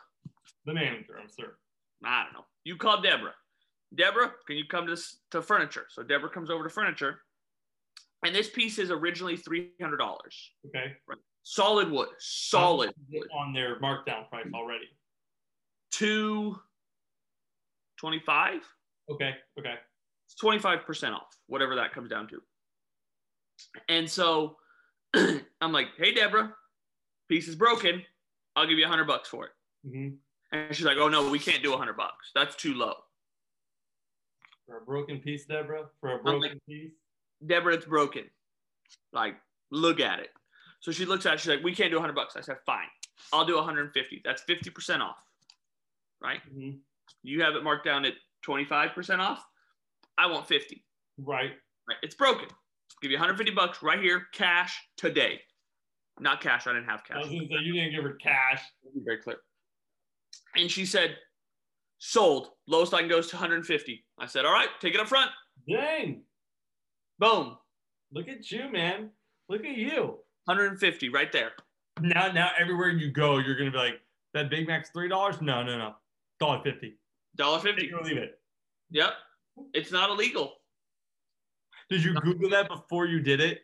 [SPEAKER 3] The manager, I'm sure.
[SPEAKER 2] I don't know. You call Deborah. Deborah, can you come to s- to furniture? So Deborah comes over to furniture, and this piece is originally three hundred dollars.
[SPEAKER 3] Okay.
[SPEAKER 2] Solid wood, solid wood.
[SPEAKER 3] On their markdown price already.
[SPEAKER 2] Two twenty-five.
[SPEAKER 3] Okay. Okay.
[SPEAKER 2] It's twenty-five percent off, whatever that comes down to. And so I'm like, "Hey, Deborah, piece is broken. I'll give you a hundred bucks for it."
[SPEAKER 3] Mm-hmm.
[SPEAKER 2] And she's like, "Oh no, we can't do a hundred bucks. That's too low."
[SPEAKER 3] For a broken piece, Deborah. For a
[SPEAKER 2] like-
[SPEAKER 3] broken piece.
[SPEAKER 2] Deborah, it's broken. Like, look at it. So she looks at it. She's like, we can't do 100 bucks. I said, fine. I'll do 150. That's 50% off. Right?
[SPEAKER 3] Mhm.
[SPEAKER 2] You have it marked down at 25% off. I want 50.
[SPEAKER 3] Right.
[SPEAKER 2] Right? It's broken. Give you 150 bucks right here, cash today. Not cash. I didn't have
[SPEAKER 3] I
[SPEAKER 2] cash.
[SPEAKER 3] was gonna say you didn't give her cash.
[SPEAKER 2] Very clear. And she said, sold. Lowest I can go is to 150. I said, all right, take it up front.
[SPEAKER 3] Dang.
[SPEAKER 2] Boom.
[SPEAKER 3] Look at you, man. Look at you.
[SPEAKER 2] 150 right there.
[SPEAKER 3] Now, now everywhere you go, you're gonna be like, that Big Mac's three dollars? No, no, no. Dollar fifty.
[SPEAKER 2] $1.50.
[SPEAKER 3] Take it or leave it.
[SPEAKER 2] Yep. It's not illegal.
[SPEAKER 3] Did you Google that before you did it?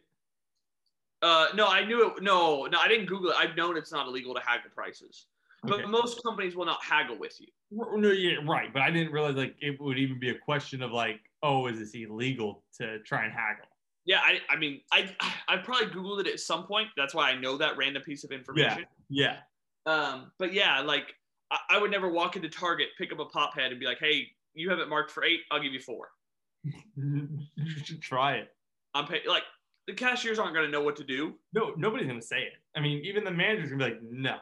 [SPEAKER 2] Uh, no, I knew it. No, no, I didn't Google it. I've known it's not illegal to haggle prices, but
[SPEAKER 3] Okay.
[SPEAKER 2] most companies will not haggle with you.
[SPEAKER 3] R- No, yeah, right. But I didn't realize like it would even be a question of like, oh, is this illegal to try and haggle?
[SPEAKER 2] Yeah, I, I mean, I, I probably Googled it at some point. That's why I know that random piece of information.
[SPEAKER 3] Yeah.
[SPEAKER 2] Um, but yeah, like I, I would never walk into Target, pick up a pop head, and be like, "Hey, you have it marked for eight. I'll give you four.
[SPEAKER 3] you should try it.
[SPEAKER 2] I'm pay-. like the cashiers aren't gonna know what to do.
[SPEAKER 3] No, nobody's gonna say it. I mean, even the manager's gonna be like, no.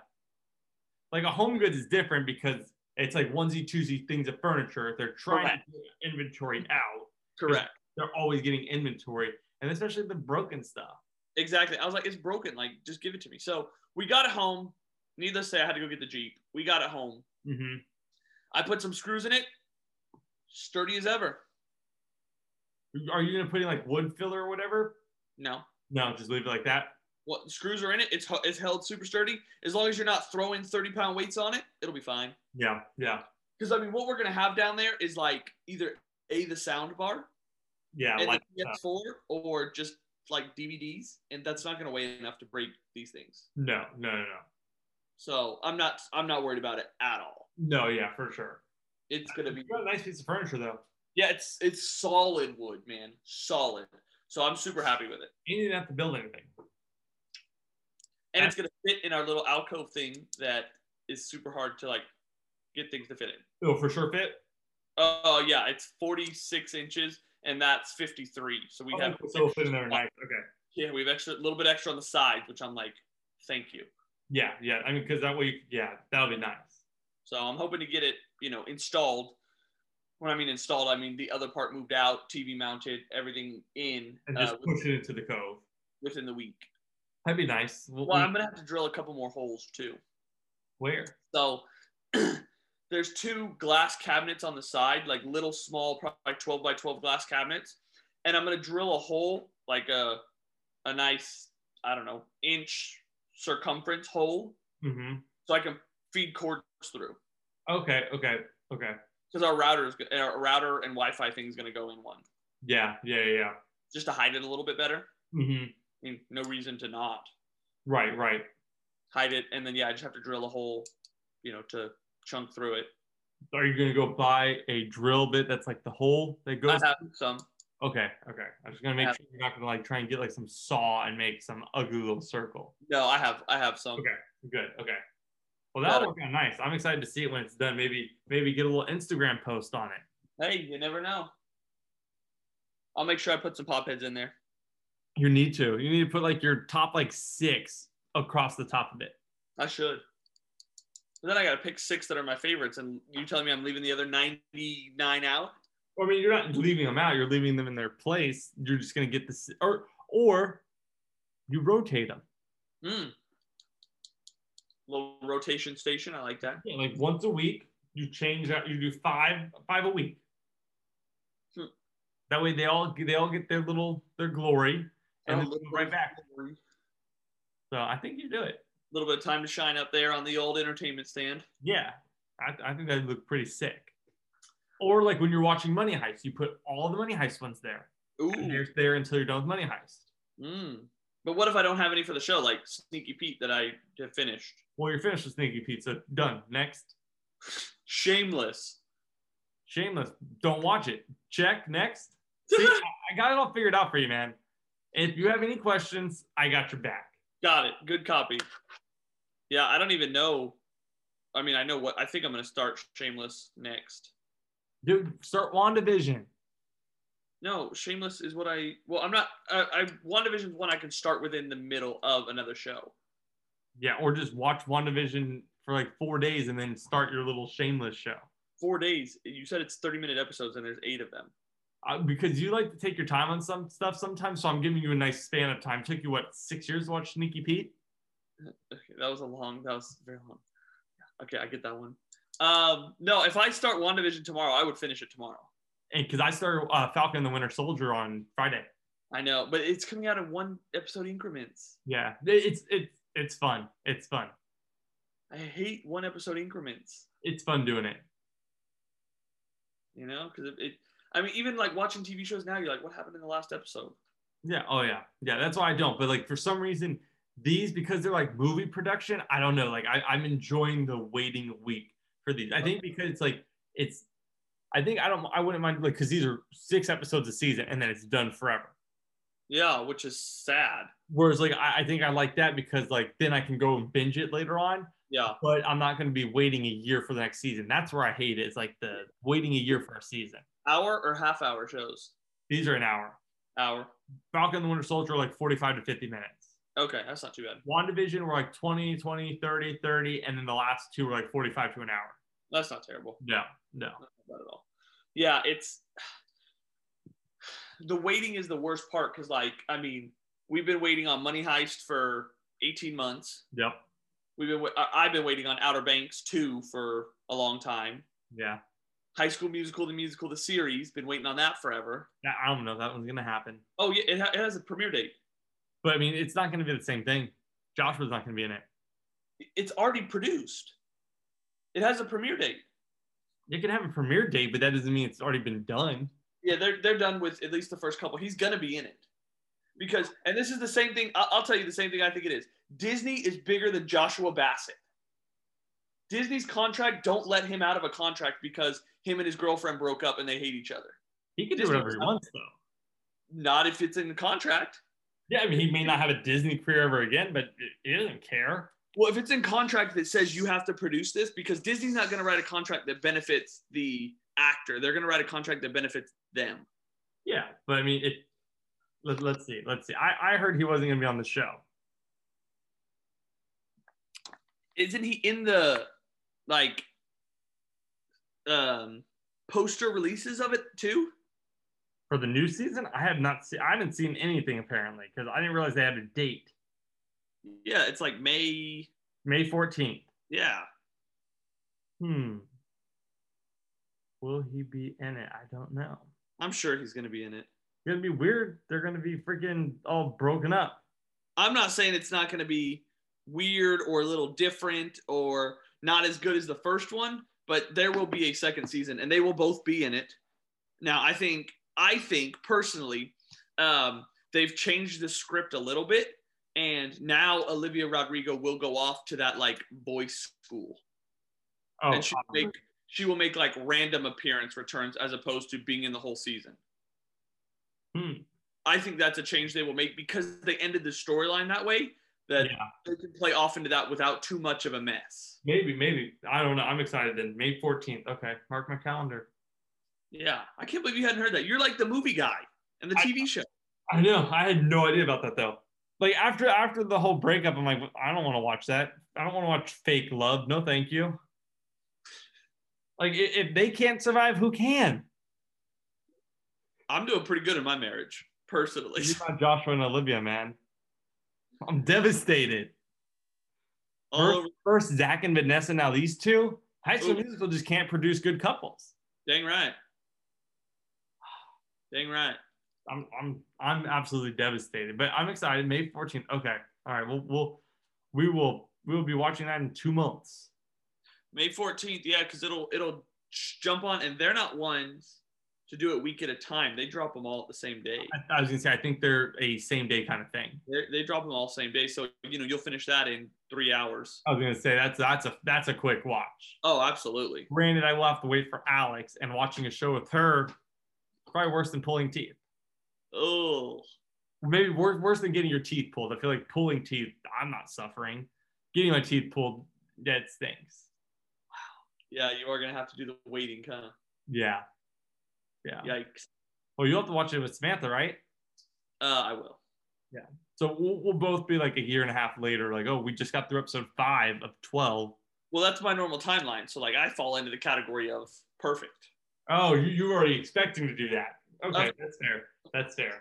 [SPEAKER 3] Like a home goods is different because it's like onesie twosie things of furniture. They're trying
[SPEAKER 2] Correct.
[SPEAKER 3] to get inventory out.
[SPEAKER 2] Correct.
[SPEAKER 3] They're always getting inventory, and especially the broken stuff.
[SPEAKER 2] Exactly. I was like, it's broken. Like, just give it to me. So we got it home. Needless to say, I had to go get the Jeep. We got it home.
[SPEAKER 3] Mm-hmm.
[SPEAKER 2] I put some screws in it. Sturdy as ever.
[SPEAKER 3] Are you gonna put in like wood filler or whatever?
[SPEAKER 2] No.
[SPEAKER 3] No, just leave it like that.
[SPEAKER 2] What screws are in it? It's, h- it's held super sturdy. As long as you're not throwing 30 pound weights on it, it'll be fine.
[SPEAKER 3] Yeah, yeah,
[SPEAKER 2] Because I mean, what we're gonna have down there is like either a the sound bar
[SPEAKER 3] yeah.
[SPEAKER 2] and
[SPEAKER 3] Like
[SPEAKER 2] the PS4, or just like DVDs, and that's not gonna weigh enough to break these things.
[SPEAKER 3] no, no, no,
[SPEAKER 2] So I'm not I'm not worried about it at all.
[SPEAKER 3] no. No, yeah, for sure.
[SPEAKER 2] It's gonna be
[SPEAKER 3] You got a nice piece of furniture though.
[SPEAKER 2] yeah, it's it's solid wood, man, solid. So I'm super happy with it.
[SPEAKER 3] You didn't have to build anything.
[SPEAKER 2] and it's gonna fit in our little alcove thing that is super hard to like get things to fit in.
[SPEAKER 3] It'll for sure fit.
[SPEAKER 2] Oh yeah, it's 46 inches and that's 53. So we
[SPEAKER 3] Oh,
[SPEAKER 2] have
[SPEAKER 3] so it'll fit in there nice. Okay.
[SPEAKER 2] yeah, we have extra a little bit extra on the side, which I'm like, thank you.
[SPEAKER 3] Yeah, yeah. I mean, because that way, you, yeah, that'll be nice.
[SPEAKER 2] So I'm hoping to get it, you know, installed. When I mean installed, I mean the other part moved out, TV mounted, everything in
[SPEAKER 3] And
[SPEAKER 2] uh,
[SPEAKER 3] just push it into the cove.
[SPEAKER 2] within the week.
[SPEAKER 3] That'd be nice. Well,
[SPEAKER 2] Well, I'm gonna have to drill a couple more holes too.
[SPEAKER 3] where?
[SPEAKER 2] So there's two glass cabinets on the side, like little small, probably like 12 by 12 glass cabinets. And I'm gonna drill a hole, like a a nice, I don't know, inch circumference hole,
[SPEAKER 3] Mm-hmm.
[SPEAKER 2] so I can feed cords through.
[SPEAKER 3] Okay, okay, okay.
[SPEAKER 2] because our router is go- our router and Wi-Fi thing is going to go in one
[SPEAKER 3] Yeah, yeah, yeah.
[SPEAKER 2] just to hide it a little bit better.
[SPEAKER 3] hmm
[SPEAKER 2] I mean, no reason to not
[SPEAKER 3] Right, right.
[SPEAKER 2] hide it, and then yeah, I just have to drill a hole, you know, to chunk through it.
[SPEAKER 3] Are you gonna go buy a drill bit that's like the hole that
[SPEAKER 2] I
[SPEAKER 3] goes?
[SPEAKER 2] have some.
[SPEAKER 3] Okay, okay. I'm just gonna make
[SPEAKER 2] I have-
[SPEAKER 3] sure you're not gonna like try and get like some saw and make some ugly little circle.
[SPEAKER 2] No, I have I have some.
[SPEAKER 3] Okay. Good. Okay. Well,
[SPEAKER 2] Got
[SPEAKER 3] that'll work out nice. I'm excited to see it when it's done. Maybe maybe get a little Instagram post on it.
[SPEAKER 2] Hey, you never know. I'll make sure I put some pop heads in there.
[SPEAKER 3] You need to. You need to put like your top like six across the top of it.
[SPEAKER 2] I should. But then I gotta pick six that are my favorites, and you telling me I'm leaving the other 99 out?
[SPEAKER 3] Or, I mean, you're not leaving them out. You're leaving them in their place. You're just gonna get this, or or you rotate them.
[SPEAKER 2] Mm. Little rotation station. I like that.
[SPEAKER 3] Yeah, like once a week, you change out. You do five five a week.
[SPEAKER 2] Hmm.
[SPEAKER 3] That way, they all they all get their little their glory, and
[SPEAKER 2] a
[SPEAKER 3] then
[SPEAKER 2] Oh, little
[SPEAKER 3] right
[SPEAKER 2] bit-
[SPEAKER 3] back. So I think you do it.
[SPEAKER 2] little bit of time to shine up there on the old entertainment stand.
[SPEAKER 3] Yeah, I, I think that'd look pretty sick. Or like when you're watching Money Heist, you put all the Money Heist ones there. And
[SPEAKER 2] Ooh.
[SPEAKER 3] they're there until you're done with Money Heist.
[SPEAKER 2] Mm. But what if I don't have any for the show, like Sneaky Pete that I have finished?
[SPEAKER 3] Well, you're finished with Sneaky Pete, so done. Next,
[SPEAKER 2] Shameless.
[SPEAKER 3] Shameless. Don't watch it. Check. Next. See, I- I got it all figured out for you, man. If you have any questions, I got your back.
[SPEAKER 2] Got it. Good copy. Yeah, I don't even know. I mean, I know what I think I'm gonna start Shameless next.
[SPEAKER 3] Dude, start WandaVision.
[SPEAKER 2] No, Shameless is what I. Well, I'm not. I, I WandaVision's one I can start within the middle of another show.
[SPEAKER 3] Yeah, or just watch WandaVision for like four days and then start your little Shameless show.
[SPEAKER 2] Four days. You said it's 30 minute episodes, and there's eight of them.
[SPEAKER 3] uh, because you like to take your time on some stuff sometimes. So I'm giving you a nice span of time. Took you what six years to watch Sneaky Pete?
[SPEAKER 2] Okay, that was a long. That was very long. Okay, I get that one. Um, no, if I start WandaVision tomorrow, I would finish it tomorrow.
[SPEAKER 3] And because I started uh, Falcon and the Winter Soldier on Friday.
[SPEAKER 2] I know, but it's coming out in one episode increments.
[SPEAKER 3] Yeah, it- it's it's it's fun. It's fun.
[SPEAKER 2] I hate one episode increments.
[SPEAKER 3] It's fun doing it.
[SPEAKER 2] You know, because it, it. I mean, even like watching TV shows now, you're like, what happened in the last episode?
[SPEAKER 3] Yeah. Oh yeah. Yeah. That's why I don't. But like for some reason, these because they're like movie production. I don't know. Like I, I'm enjoying the waiting week for these. I think because it's like it's. I think I don't. I wouldn't mind like because these are six episodes a season and then it's done forever.
[SPEAKER 2] Yeah, which is sad.
[SPEAKER 3] Whereas, like, I, I think I like that because, like, then I can go and binge it later on,
[SPEAKER 2] Yeah,
[SPEAKER 3] but I'm not going to be waiting a year for the next season. That's where I hate it. It's like the waiting a year for a season.
[SPEAKER 2] hour or half hour shows.
[SPEAKER 3] These are an hour.
[SPEAKER 2] Hour.
[SPEAKER 3] Falcon and the Winter Soldier are like 45 to 50 minutes.
[SPEAKER 2] Okay, that's not too bad.
[SPEAKER 3] WandaVision were like 20, 20, 30, 30, and then the last two were like 45 to an hour.
[SPEAKER 2] That's not terrible.
[SPEAKER 3] No, no.
[SPEAKER 2] Not bad at all. Yeah, it's the waiting is the worst part because, like, I mean, we've been waiting on Money Heist for 18 months.
[SPEAKER 3] Yep.
[SPEAKER 2] We've been wa- I- I've been waiting on Outer Banks 2 for a long time.
[SPEAKER 3] Yeah.
[SPEAKER 2] High School Musical, the musical, the series, been waiting on that forever.
[SPEAKER 3] I I don't know if that one's going to happen.
[SPEAKER 2] Oh yeah, it, ha- it has a premiere date.
[SPEAKER 3] But I mean, it's not going to be the same thing. Joshua's not going to be in it.
[SPEAKER 2] It's already produced. It has a premiere date.
[SPEAKER 3] It could have a premiere date, but that doesn't mean it's already been done.
[SPEAKER 2] Yeah, they're they're done with at least the first couple. He's gonna be in it because, and this is the same thing. I'll, I'll tell you the same thing. I think it is. Disney is bigger than Joshua Bassett. Disney's contract don't let him out of a contract because him and his girlfriend broke up and they hate each other.
[SPEAKER 3] He can do
[SPEAKER 2] Disney
[SPEAKER 3] whatever he
[SPEAKER 2] was not-
[SPEAKER 3] wants, though.
[SPEAKER 2] Not if it's in the contract.
[SPEAKER 3] Yeah, I mean, he may not have a Disney career ever again, but he doesn't care.
[SPEAKER 2] Well, if it's in contract that says you have to produce this, because Disney's not going to write a contract that benefits the actor. They're going to write a contract that benefits them.
[SPEAKER 3] Yeah, but I mean, it. Let, let's see. Let's see. I, I heard he wasn't going to be on the show.
[SPEAKER 2] Isn't he in the like um poster releases of it too?
[SPEAKER 3] For the new season, I have not seen. I haven't seen anything apparently because I didn't realize they had a date,
[SPEAKER 2] Yeah, it's like May.
[SPEAKER 3] May fourteenth.
[SPEAKER 2] Yeah.
[SPEAKER 3] Hmm. Will he be in it? I don't know.
[SPEAKER 2] I'm sure he's going to be in it.
[SPEAKER 3] It's gonna be weird. They're gonna be freaking all broken up.
[SPEAKER 2] I'm not saying it's not going to be weird or a little different or not as good as the first one, but there will be a second season and they will both be in it. Now, I think, I think personally, um, they've changed the script a little bit. And now Olivia Rodrigo will go off to that like boys school.
[SPEAKER 3] Oh,
[SPEAKER 2] and she will
[SPEAKER 3] probably.
[SPEAKER 2] make, she will make like random appearance returns as opposed to being in the whole season.
[SPEAKER 3] Hmm.
[SPEAKER 2] I think that's a change they will make because they ended the storyline that way that
[SPEAKER 3] yeah,
[SPEAKER 2] they can play off into that without too much of a mess.
[SPEAKER 3] maybe, maybe. I don't know. I'm excited then. May 14th. Okay, mark my calendar.
[SPEAKER 2] Yeah, I can't believe you hadn't heard that. You're like the movie guy and the
[SPEAKER 3] I-
[SPEAKER 2] TV show.
[SPEAKER 3] I know. I had no idea about that though. Like after after the whole breakup, I'm like, I don't want to watch that. I don't want to watch fake love. No, thank you. Like i- if they can't survive, who can?
[SPEAKER 2] I'm doing pretty good in my marriage, personally.
[SPEAKER 3] You're not Joshua and Olivia, man. I'm devastated.
[SPEAKER 2] All over,
[SPEAKER 3] First Zach and Vanessa, now these two. High School
[SPEAKER 2] Ooh.
[SPEAKER 3] Musical just can't produce good couples.
[SPEAKER 2] dang right. Dang right.
[SPEAKER 3] I'm I'm I'm absolutely devastated, but I'm excited. May 14th. Okay, all right. We'll we'll we will we will be watching that in two months.
[SPEAKER 2] May 14th, yeah, because it'll it'll ch- jump on, and they're not ones to do it week at a time. They drop them all at the same day.
[SPEAKER 3] I, I was gonna say I think they're a same day kind of thing.
[SPEAKER 2] They're, they drop them all same day, so you know you'll finish that in three hours.
[SPEAKER 3] I was gonna say that's that's a that's a quick watch.
[SPEAKER 2] Oh, absolutely.
[SPEAKER 3] Granted, I will have to wait for Alex and watching a show with her, probably worse than pulling teeth.
[SPEAKER 2] Oh,
[SPEAKER 3] Maybe worse, worse than getting your teeth pulled. I feel like pulling teeth, I'm not suffering. Getting my teeth pulled, that stinks.
[SPEAKER 2] yeah, you are gonna have to do the waiting, kind of.
[SPEAKER 3] Yeah. Yeah.
[SPEAKER 2] Yikes.
[SPEAKER 3] Well, you'll have to watch it with Samantha, right?
[SPEAKER 2] Uh, I will.
[SPEAKER 3] So we'll, we'll both be like a year and a half later, like, oh, we just got through episode five of 12.
[SPEAKER 2] Well, that's my normal timeline. So like I fall into the category of perfect.
[SPEAKER 3] Oh, you, you were already expecting to do that. Okay,
[SPEAKER 2] Okay.
[SPEAKER 3] that's fair. That's fair.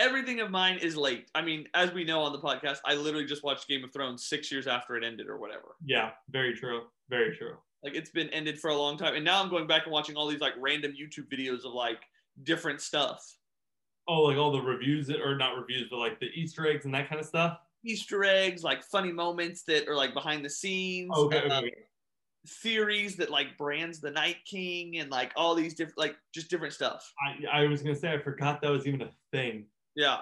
[SPEAKER 2] Everything of mine is late. I mean, as we know on the podcast, I literally just watched Game of Thrones six years after it ended or whatever.
[SPEAKER 3] Yeah, very true. Very true.
[SPEAKER 2] Like it's been ended for a long time. And now I'm going back and watching all these like random YouTube videos of like different stuff.
[SPEAKER 3] Oh, like all the reviews, that- or not reviews, but like the Easter eggs and that kind of stuff.
[SPEAKER 2] Easter eggs, like funny moments that are like behind the scenes,
[SPEAKER 3] Oh, Okay.
[SPEAKER 2] uh,
[SPEAKER 3] okay.
[SPEAKER 2] theories that like brands the Night King, and like all these different, like just different stuff.
[SPEAKER 3] I, I was going to say, I forgot that was even a thing.
[SPEAKER 2] Yeah.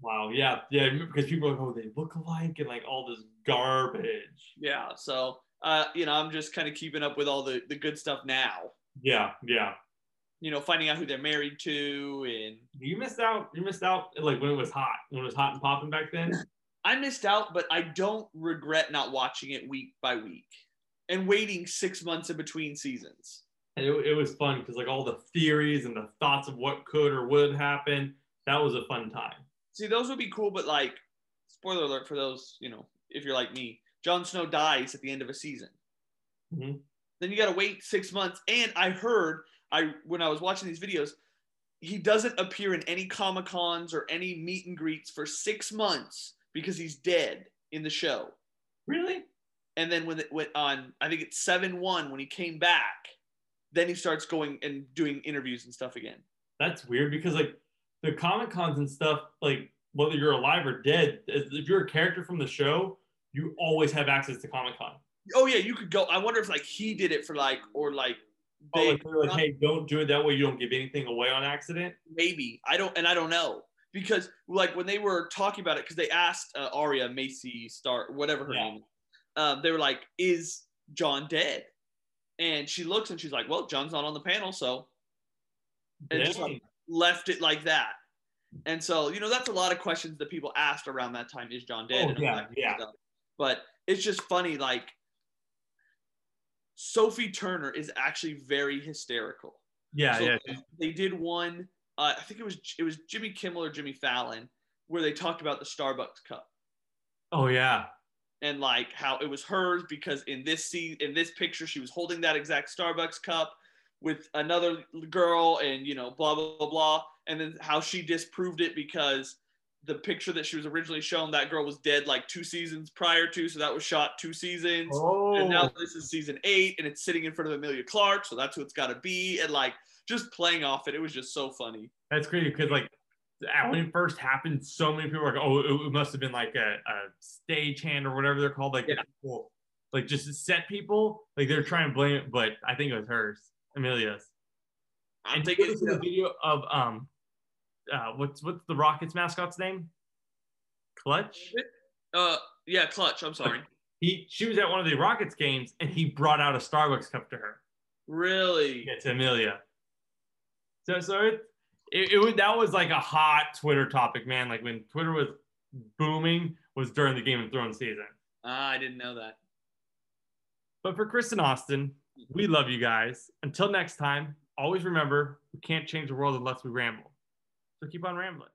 [SPEAKER 3] Wow. Yeah. Yeah. Because people are like, oh, they look alike and like all this garbage.
[SPEAKER 2] Yeah. So, uh, you know, I'm just kind of keeping up with all the, the good stuff now,
[SPEAKER 3] Yeah. Yeah.
[SPEAKER 2] you know, finding out who they're married to. And
[SPEAKER 3] You missed out. You missed out like when it was hot, when it was hot and popping back then.
[SPEAKER 2] I missed out, but I don't regret not watching it week by week and waiting six months in between seasons.
[SPEAKER 3] And it, it was fun because like all the theories and the thoughts of what could or would happen. That was a fun time.
[SPEAKER 2] See, those would be cool, but like, spoiler alert for those, you know, if you're like me, Jon Snow dies at the end of a season.
[SPEAKER 3] Mhm.
[SPEAKER 2] Then you got to wait six months. And I heard, I when I was watching these videos, he doesn't appear in any comic cons or any meet and greets for six months because he's dead in the show.
[SPEAKER 3] Really?
[SPEAKER 2] And then when it went on, I think it's seven one when he came back, then he starts going and doing interviews and stuff again.
[SPEAKER 3] That's weird because like the comic cons and stuff, like whether you're alive or dead, as- if you're a character from the show, you always have access to comic con.
[SPEAKER 2] Oh yeah, you could go. I wonder if like he did it for like or like
[SPEAKER 3] Oh,
[SPEAKER 2] they
[SPEAKER 3] like, they're like, hey, don't do it that way. You don't give anything away on accident.
[SPEAKER 2] maybe I don't and I don't know because like when they were talking about it because they asked uh, Aria Macy Star whatever her
[SPEAKER 3] Yeah.
[SPEAKER 2] name is, um, they were like, "Is John dead?" And she looks and she's like, "Well, John's not on the panel, so It's just
[SPEAKER 3] Dang.
[SPEAKER 2] left it like that." And so you know that's a lot of questions that people asked around that time: "Is John dead?"
[SPEAKER 3] Oh,
[SPEAKER 2] and all
[SPEAKER 3] yeah,
[SPEAKER 2] that kind of
[SPEAKER 3] yeah.
[SPEAKER 2] stuff. But it's just funny, like. Sophie Turner is actually very hysterical
[SPEAKER 3] yeah,
[SPEAKER 2] so
[SPEAKER 3] yeah.
[SPEAKER 2] They did one. Uh, I think it was it was Jimmy Kimmel or Jimmy Fallon where they talked about the Starbucks cup
[SPEAKER 3] Oh yeah.
[SPEAKER 2] and like how it was hers because in this scene in this picture she was holding that exact Starbucks cup with another girl and you know blah blah blah, blah. and then how she disproved it because the picture that she was originally shown that girl was dead like two seasons prior to so that was shot two seasons
[SPEAKER 3] Oh,
[SPEAKER 2] and now this is season eight, and it's sitting in front of Amelia Clark, so that's who it's got to be. And like just playing off it, it was just so funny.
[SPEAKER 3] that's crazy because like when it first happened, so many people were like, oh, it, it must have been like a, a stagehand or whatever they're called, like the
[SPEAKER 2] Yeah.
[SPEAKER 3] people like just set people. Like they're trying to blame it, but I think it was hers, Amelia's.
[SPEAKER 2] I'm
[SPEAKER 3] and
[SPEAKER 2] thinking
[SPEAKER 3] this is a video of um, uh, what's what's the Rockets mascot's name? Clutch.
[SPEAKER 2] uh yeah, clutch, I'm sorry.
[SPEAKER 3] He she was at one of the Rockets games and he brought out a Starbucks cup to her.
[SPEAKER 2] Really?
[SPEAKER 3] Yeah, to Amelia. So so it it, it was, that was like a hot Twitter topic, man. Like when Twitter was booming was during the Game of Thrones season.
[SPEAKER 2] Ah, I didn't know that.
[SPEAKER 3] But for Kristen Austin, we love you guys. Until next time, always remember we can't change the world unless we ramble. So keep on rambling.